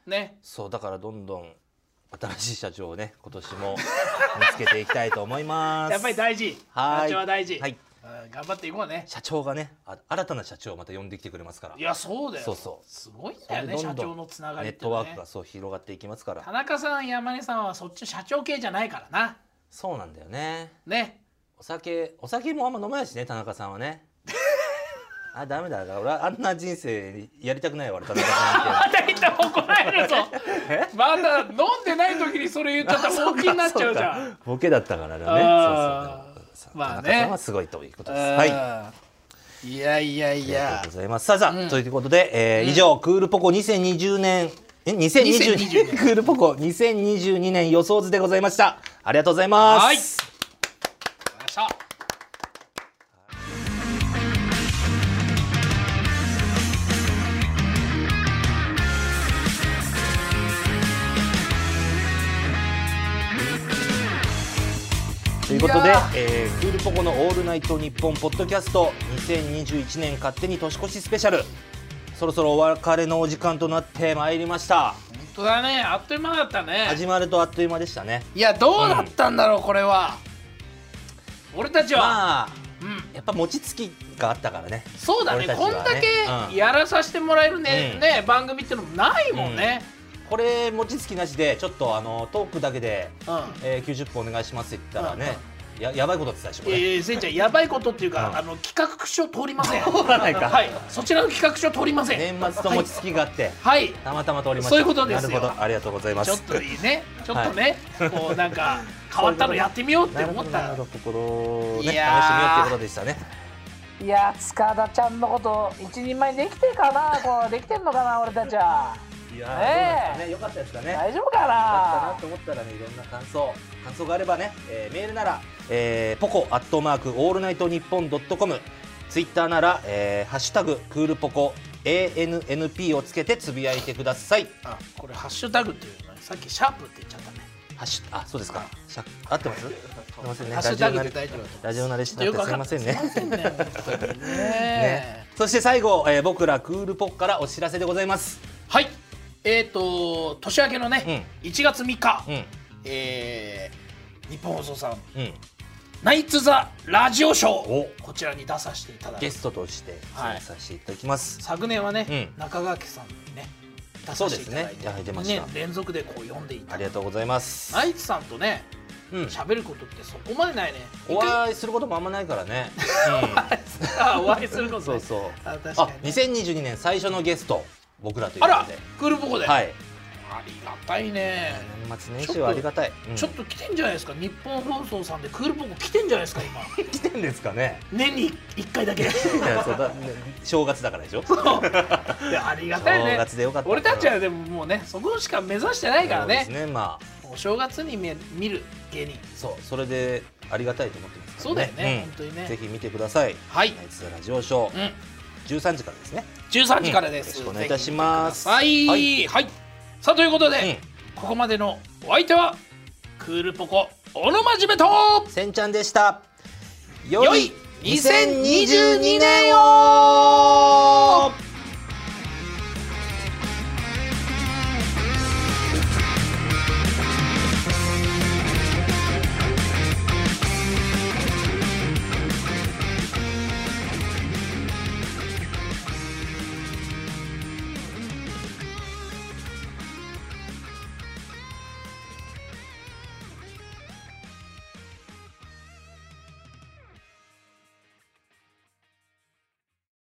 Speaker 1: ね
Speaker 2: そうだからどんどん新しい社長をね 今年も見つけていきたいと思います
Speaker 1: やっぱり大事
Speaker 2: はい
Speaker 1: 社長は大事、
Speaker 2: はい
Speaker 1: うん頑張っていこうね
Speaker 2: 社長がねあ新たな社長をまた呼んできてくれますから
Speaker 1: いやそうだよ
Speaker 2: そうそう
Speaker 1: すごいん
Speaker 2: そ
Speaker 1: だ
Speaker 2: れ
Speaker 1: よ
Speaker 2: でど
Speaker 1: ね社
Speaker 2: んどん
Speaker 1: 長のつながり
Speaker 2: ネ
Speaker 1: っ
Speaker 2: ッ
Speaker 1: て、ね、
Speaker 2: トワークがそう広がっていきますから
Speaker 1: 田中さん山根さんはそっち社長系じゃないからな
Speaker 2: そうなんだよね
Speaker 1: ね
Speaker 2: お酒お酒もあんま飲まないしね田中さんは ねあダメだ俺はあんな人生やりたくないわ俺田中さんっ
Speaker 1: ま た言ったら怒られるぞ
Speaker 2: え
Speaker 1: まだ飲んでない時にそれ言っち ゃったら大きになっちゃうじゃん
Speaker 2: ボケだったからねそうそう
Speaker 1: あー
Speaker 2: そう
Speaker 1: まあね
Speaker 2: 田中さんはすごいということですはいあ
Speaker 1: はいいやいやい
Speaker 2: りが
Speaker 1: や
Speaker 2: とうございますさあさあ、ということで、えー以上クールポコ2020年え2020
Speaker 1: 2020
Speaker 2: 年クールポコ2022年予想図でございましたありがとうございます
Speaker 1: はいました
Speaker 2: ということ
Speaker 1: い
Speaker 2: で
Speaker 1: や、
Speaker 2: えークールポコのオールナイトニッポンポッドキャスト2021年勝手に年越しスペシャルそろそろお別れのお時間となってまいりました
Speaker 1: 本当だねあっという間だったね
Speaker 2: 始まるとあっという間でしたね
Speaker 1: いやどうだったんだろうこれは、俺たちは、
Speaker 2: まあ
Speaker 1: うん
Speaker 2: やっぱ餅つきがあったからね
Speaker 1: そうだね
Speaker 2: 俺たちは
Speaker 1: こんだ
Speaker 2: う
Speaker 1: け
Speaker 2: ん
Speaker 1: やらさせてもらえるね,、
Speaker 2: うん
Speaker 1: ね番組ってのもないもんね、
Speaker 2: これ餅つきなしでちょっとあのトークだけで、
Speaker 1: うん
Speaker 2: えー90分お願いしますって言ったらね、ややばいことって言ってたでしょこ
Speaker 1: え
Speaker 2: れ、
Speaker 1: えせんちゃんやばいことっていうか、
Speaker 2: うん
Speaker 1: あの企画書通りません
Speaker 2: そうなのか
Speaker 1: はいそちらの企画書通りません
Speaker 2: 年末と餅つきがあって、
Speaker 1: はい、はい
Speaker 2: たまたま通りました
Speaker 1: そういうことですよ
Speaker 2: なるほどありがとうございます
Speaker 1: ちょっといいねちょっとね、こうなんか変わったのやってみようって
Speaker 2: なるほ
Speaker 1: 思っ
Speaker 2: どなるほ
Speaker 1: た
Speaker 2: ど心をね試してみ
Speaker 1: い
Speaker 2: よ
Speaker 1: やー
Speaker 2: うってことでしたね
Speaker 4: いや塚田ちゃんのこと一人前にできてるかなこうできてんのかな俺たちはいやー
Speaker 2: ね良かったですかね
Speaker 4: 大丈夫か
Speaker 2: だったな
Speaker 4: な
Speaker 2: と思ったらねいろんな感想感想があればね、えーメールなら、えー、ポコアットマークオールナイトニッポンドットコムツイッターなら、えーハッシュタグクールポコ ANNP をつけてつぶやいてください
Speaker 1: あこれハッシュタグっていうのねさっきシャープって言っちゃったね
Speaker 2: ハッシュあそうですかしゃ合ってますすいませんね
Speaker 1: ハッシュタグで大丈夫だと思う
Speaker 2: ラジオ慣れし
Speaker 1: ち
Speaker 2: なくす
Speaker 1: ょってとよく
Speaker 2: い
Speaker 1: わか
Speaker 2: ま
Speaker 1: ん
Speaker 2: せんね
Speaker 1: すいませんね本当に ね
Speaker 2: ねそして最後、えー僕らクールポコからお知らせでございます
Speaker 1: はいえっ、ー、と年明けのね、1月3日、
Speaker 2: うん
Speaker 1: えー日本放送さん
Speaker 2: うん
Speaker 1: ナイツ・ザ・ラジオショ
Speaker 2: お
Speaker 1: ーこちらに出させていただい
Speaker 2: ゲ
Speaker 1: て
Speaker 2: ストとして
Speaker 1: は
Speaker 2: 参
Speaker 1: い
Speaker 2: 加させていただきます、
Speaker 1: 昨年はね、
Speaker 2: うん
Speaker 1: 中川家さんにね出させていただいて
Speaker 2: そうですねいや出ました
Speaker 1: ね連続でこう読んでい
Speaker 2: あ
Speaker 1: た
Speaker 2: りがとうございます、
Speaker 1: ナイツさんとね
Speaker 2: うん、
Speaker 1: 喋ることってそこまでないね
Speaker 2: お会いすることもあんまないからね、うん
Speaker 1: 一回あお会いすること
Speaker 2: そう
Speaker 1: ね
Speaker 2: そう
Speaker 1: あ確
Speaker 2: あ
Speaker 1: かにね、
Speaker 2: 2022年最初のゲスト僕らというこ
Speaker 1: あ
Speaker 2: と
Speaker 1: らクールポコで、
Speaker 2: ではい
Speaker 1: ありがたいね
Speaker 2: 年末年始はありがたいうん
Speaker 1: ちょっと来てんじゃないですか日本放送さんでクールポコ来てんじゃないですか今
Speaker 2: 来てんですかね
Speaker 1: 年に1回だ け
Speaker 2: いやそうだね正月だからでしょ
Speaker 1: いやありがたい
Speaker 2: 正
Speaker 1: ね
Speaker 2: 月でよかった
Speaker 1: 俺たちはでももうねそこしか目指してないから
Speaker 2: そうで
Speaker 1: ね
Speaker 2: すねまあ
Speaker 1: お正月に見見る芸人
Speaker 2: そうそれでありがたいと思ってますから
Speaker 1: そうだよね本当にね
Speaker 2: ぜひ見てください
Speaker 1: はい
Speaker 2: ナイツザラジオショ
Speaker 1: う
Speaker 2: ー
Speaker 1: ん
Speaker 2: 13時からですね
Speaker 1: 13時からです、
Speaker 2: うんよろしくお願いいたします
Speaker 1: ぜひ見てくださいはい、さあということ
Speaker 2: う
Speaker 1: で、
Speaker 2: ん
Speaker 1: ここまでのお相手はクールポコ小野真面目と
Speaker 2: せんちゃんでしたよ
Speaker 1: 良い2022年
Speaker 2: を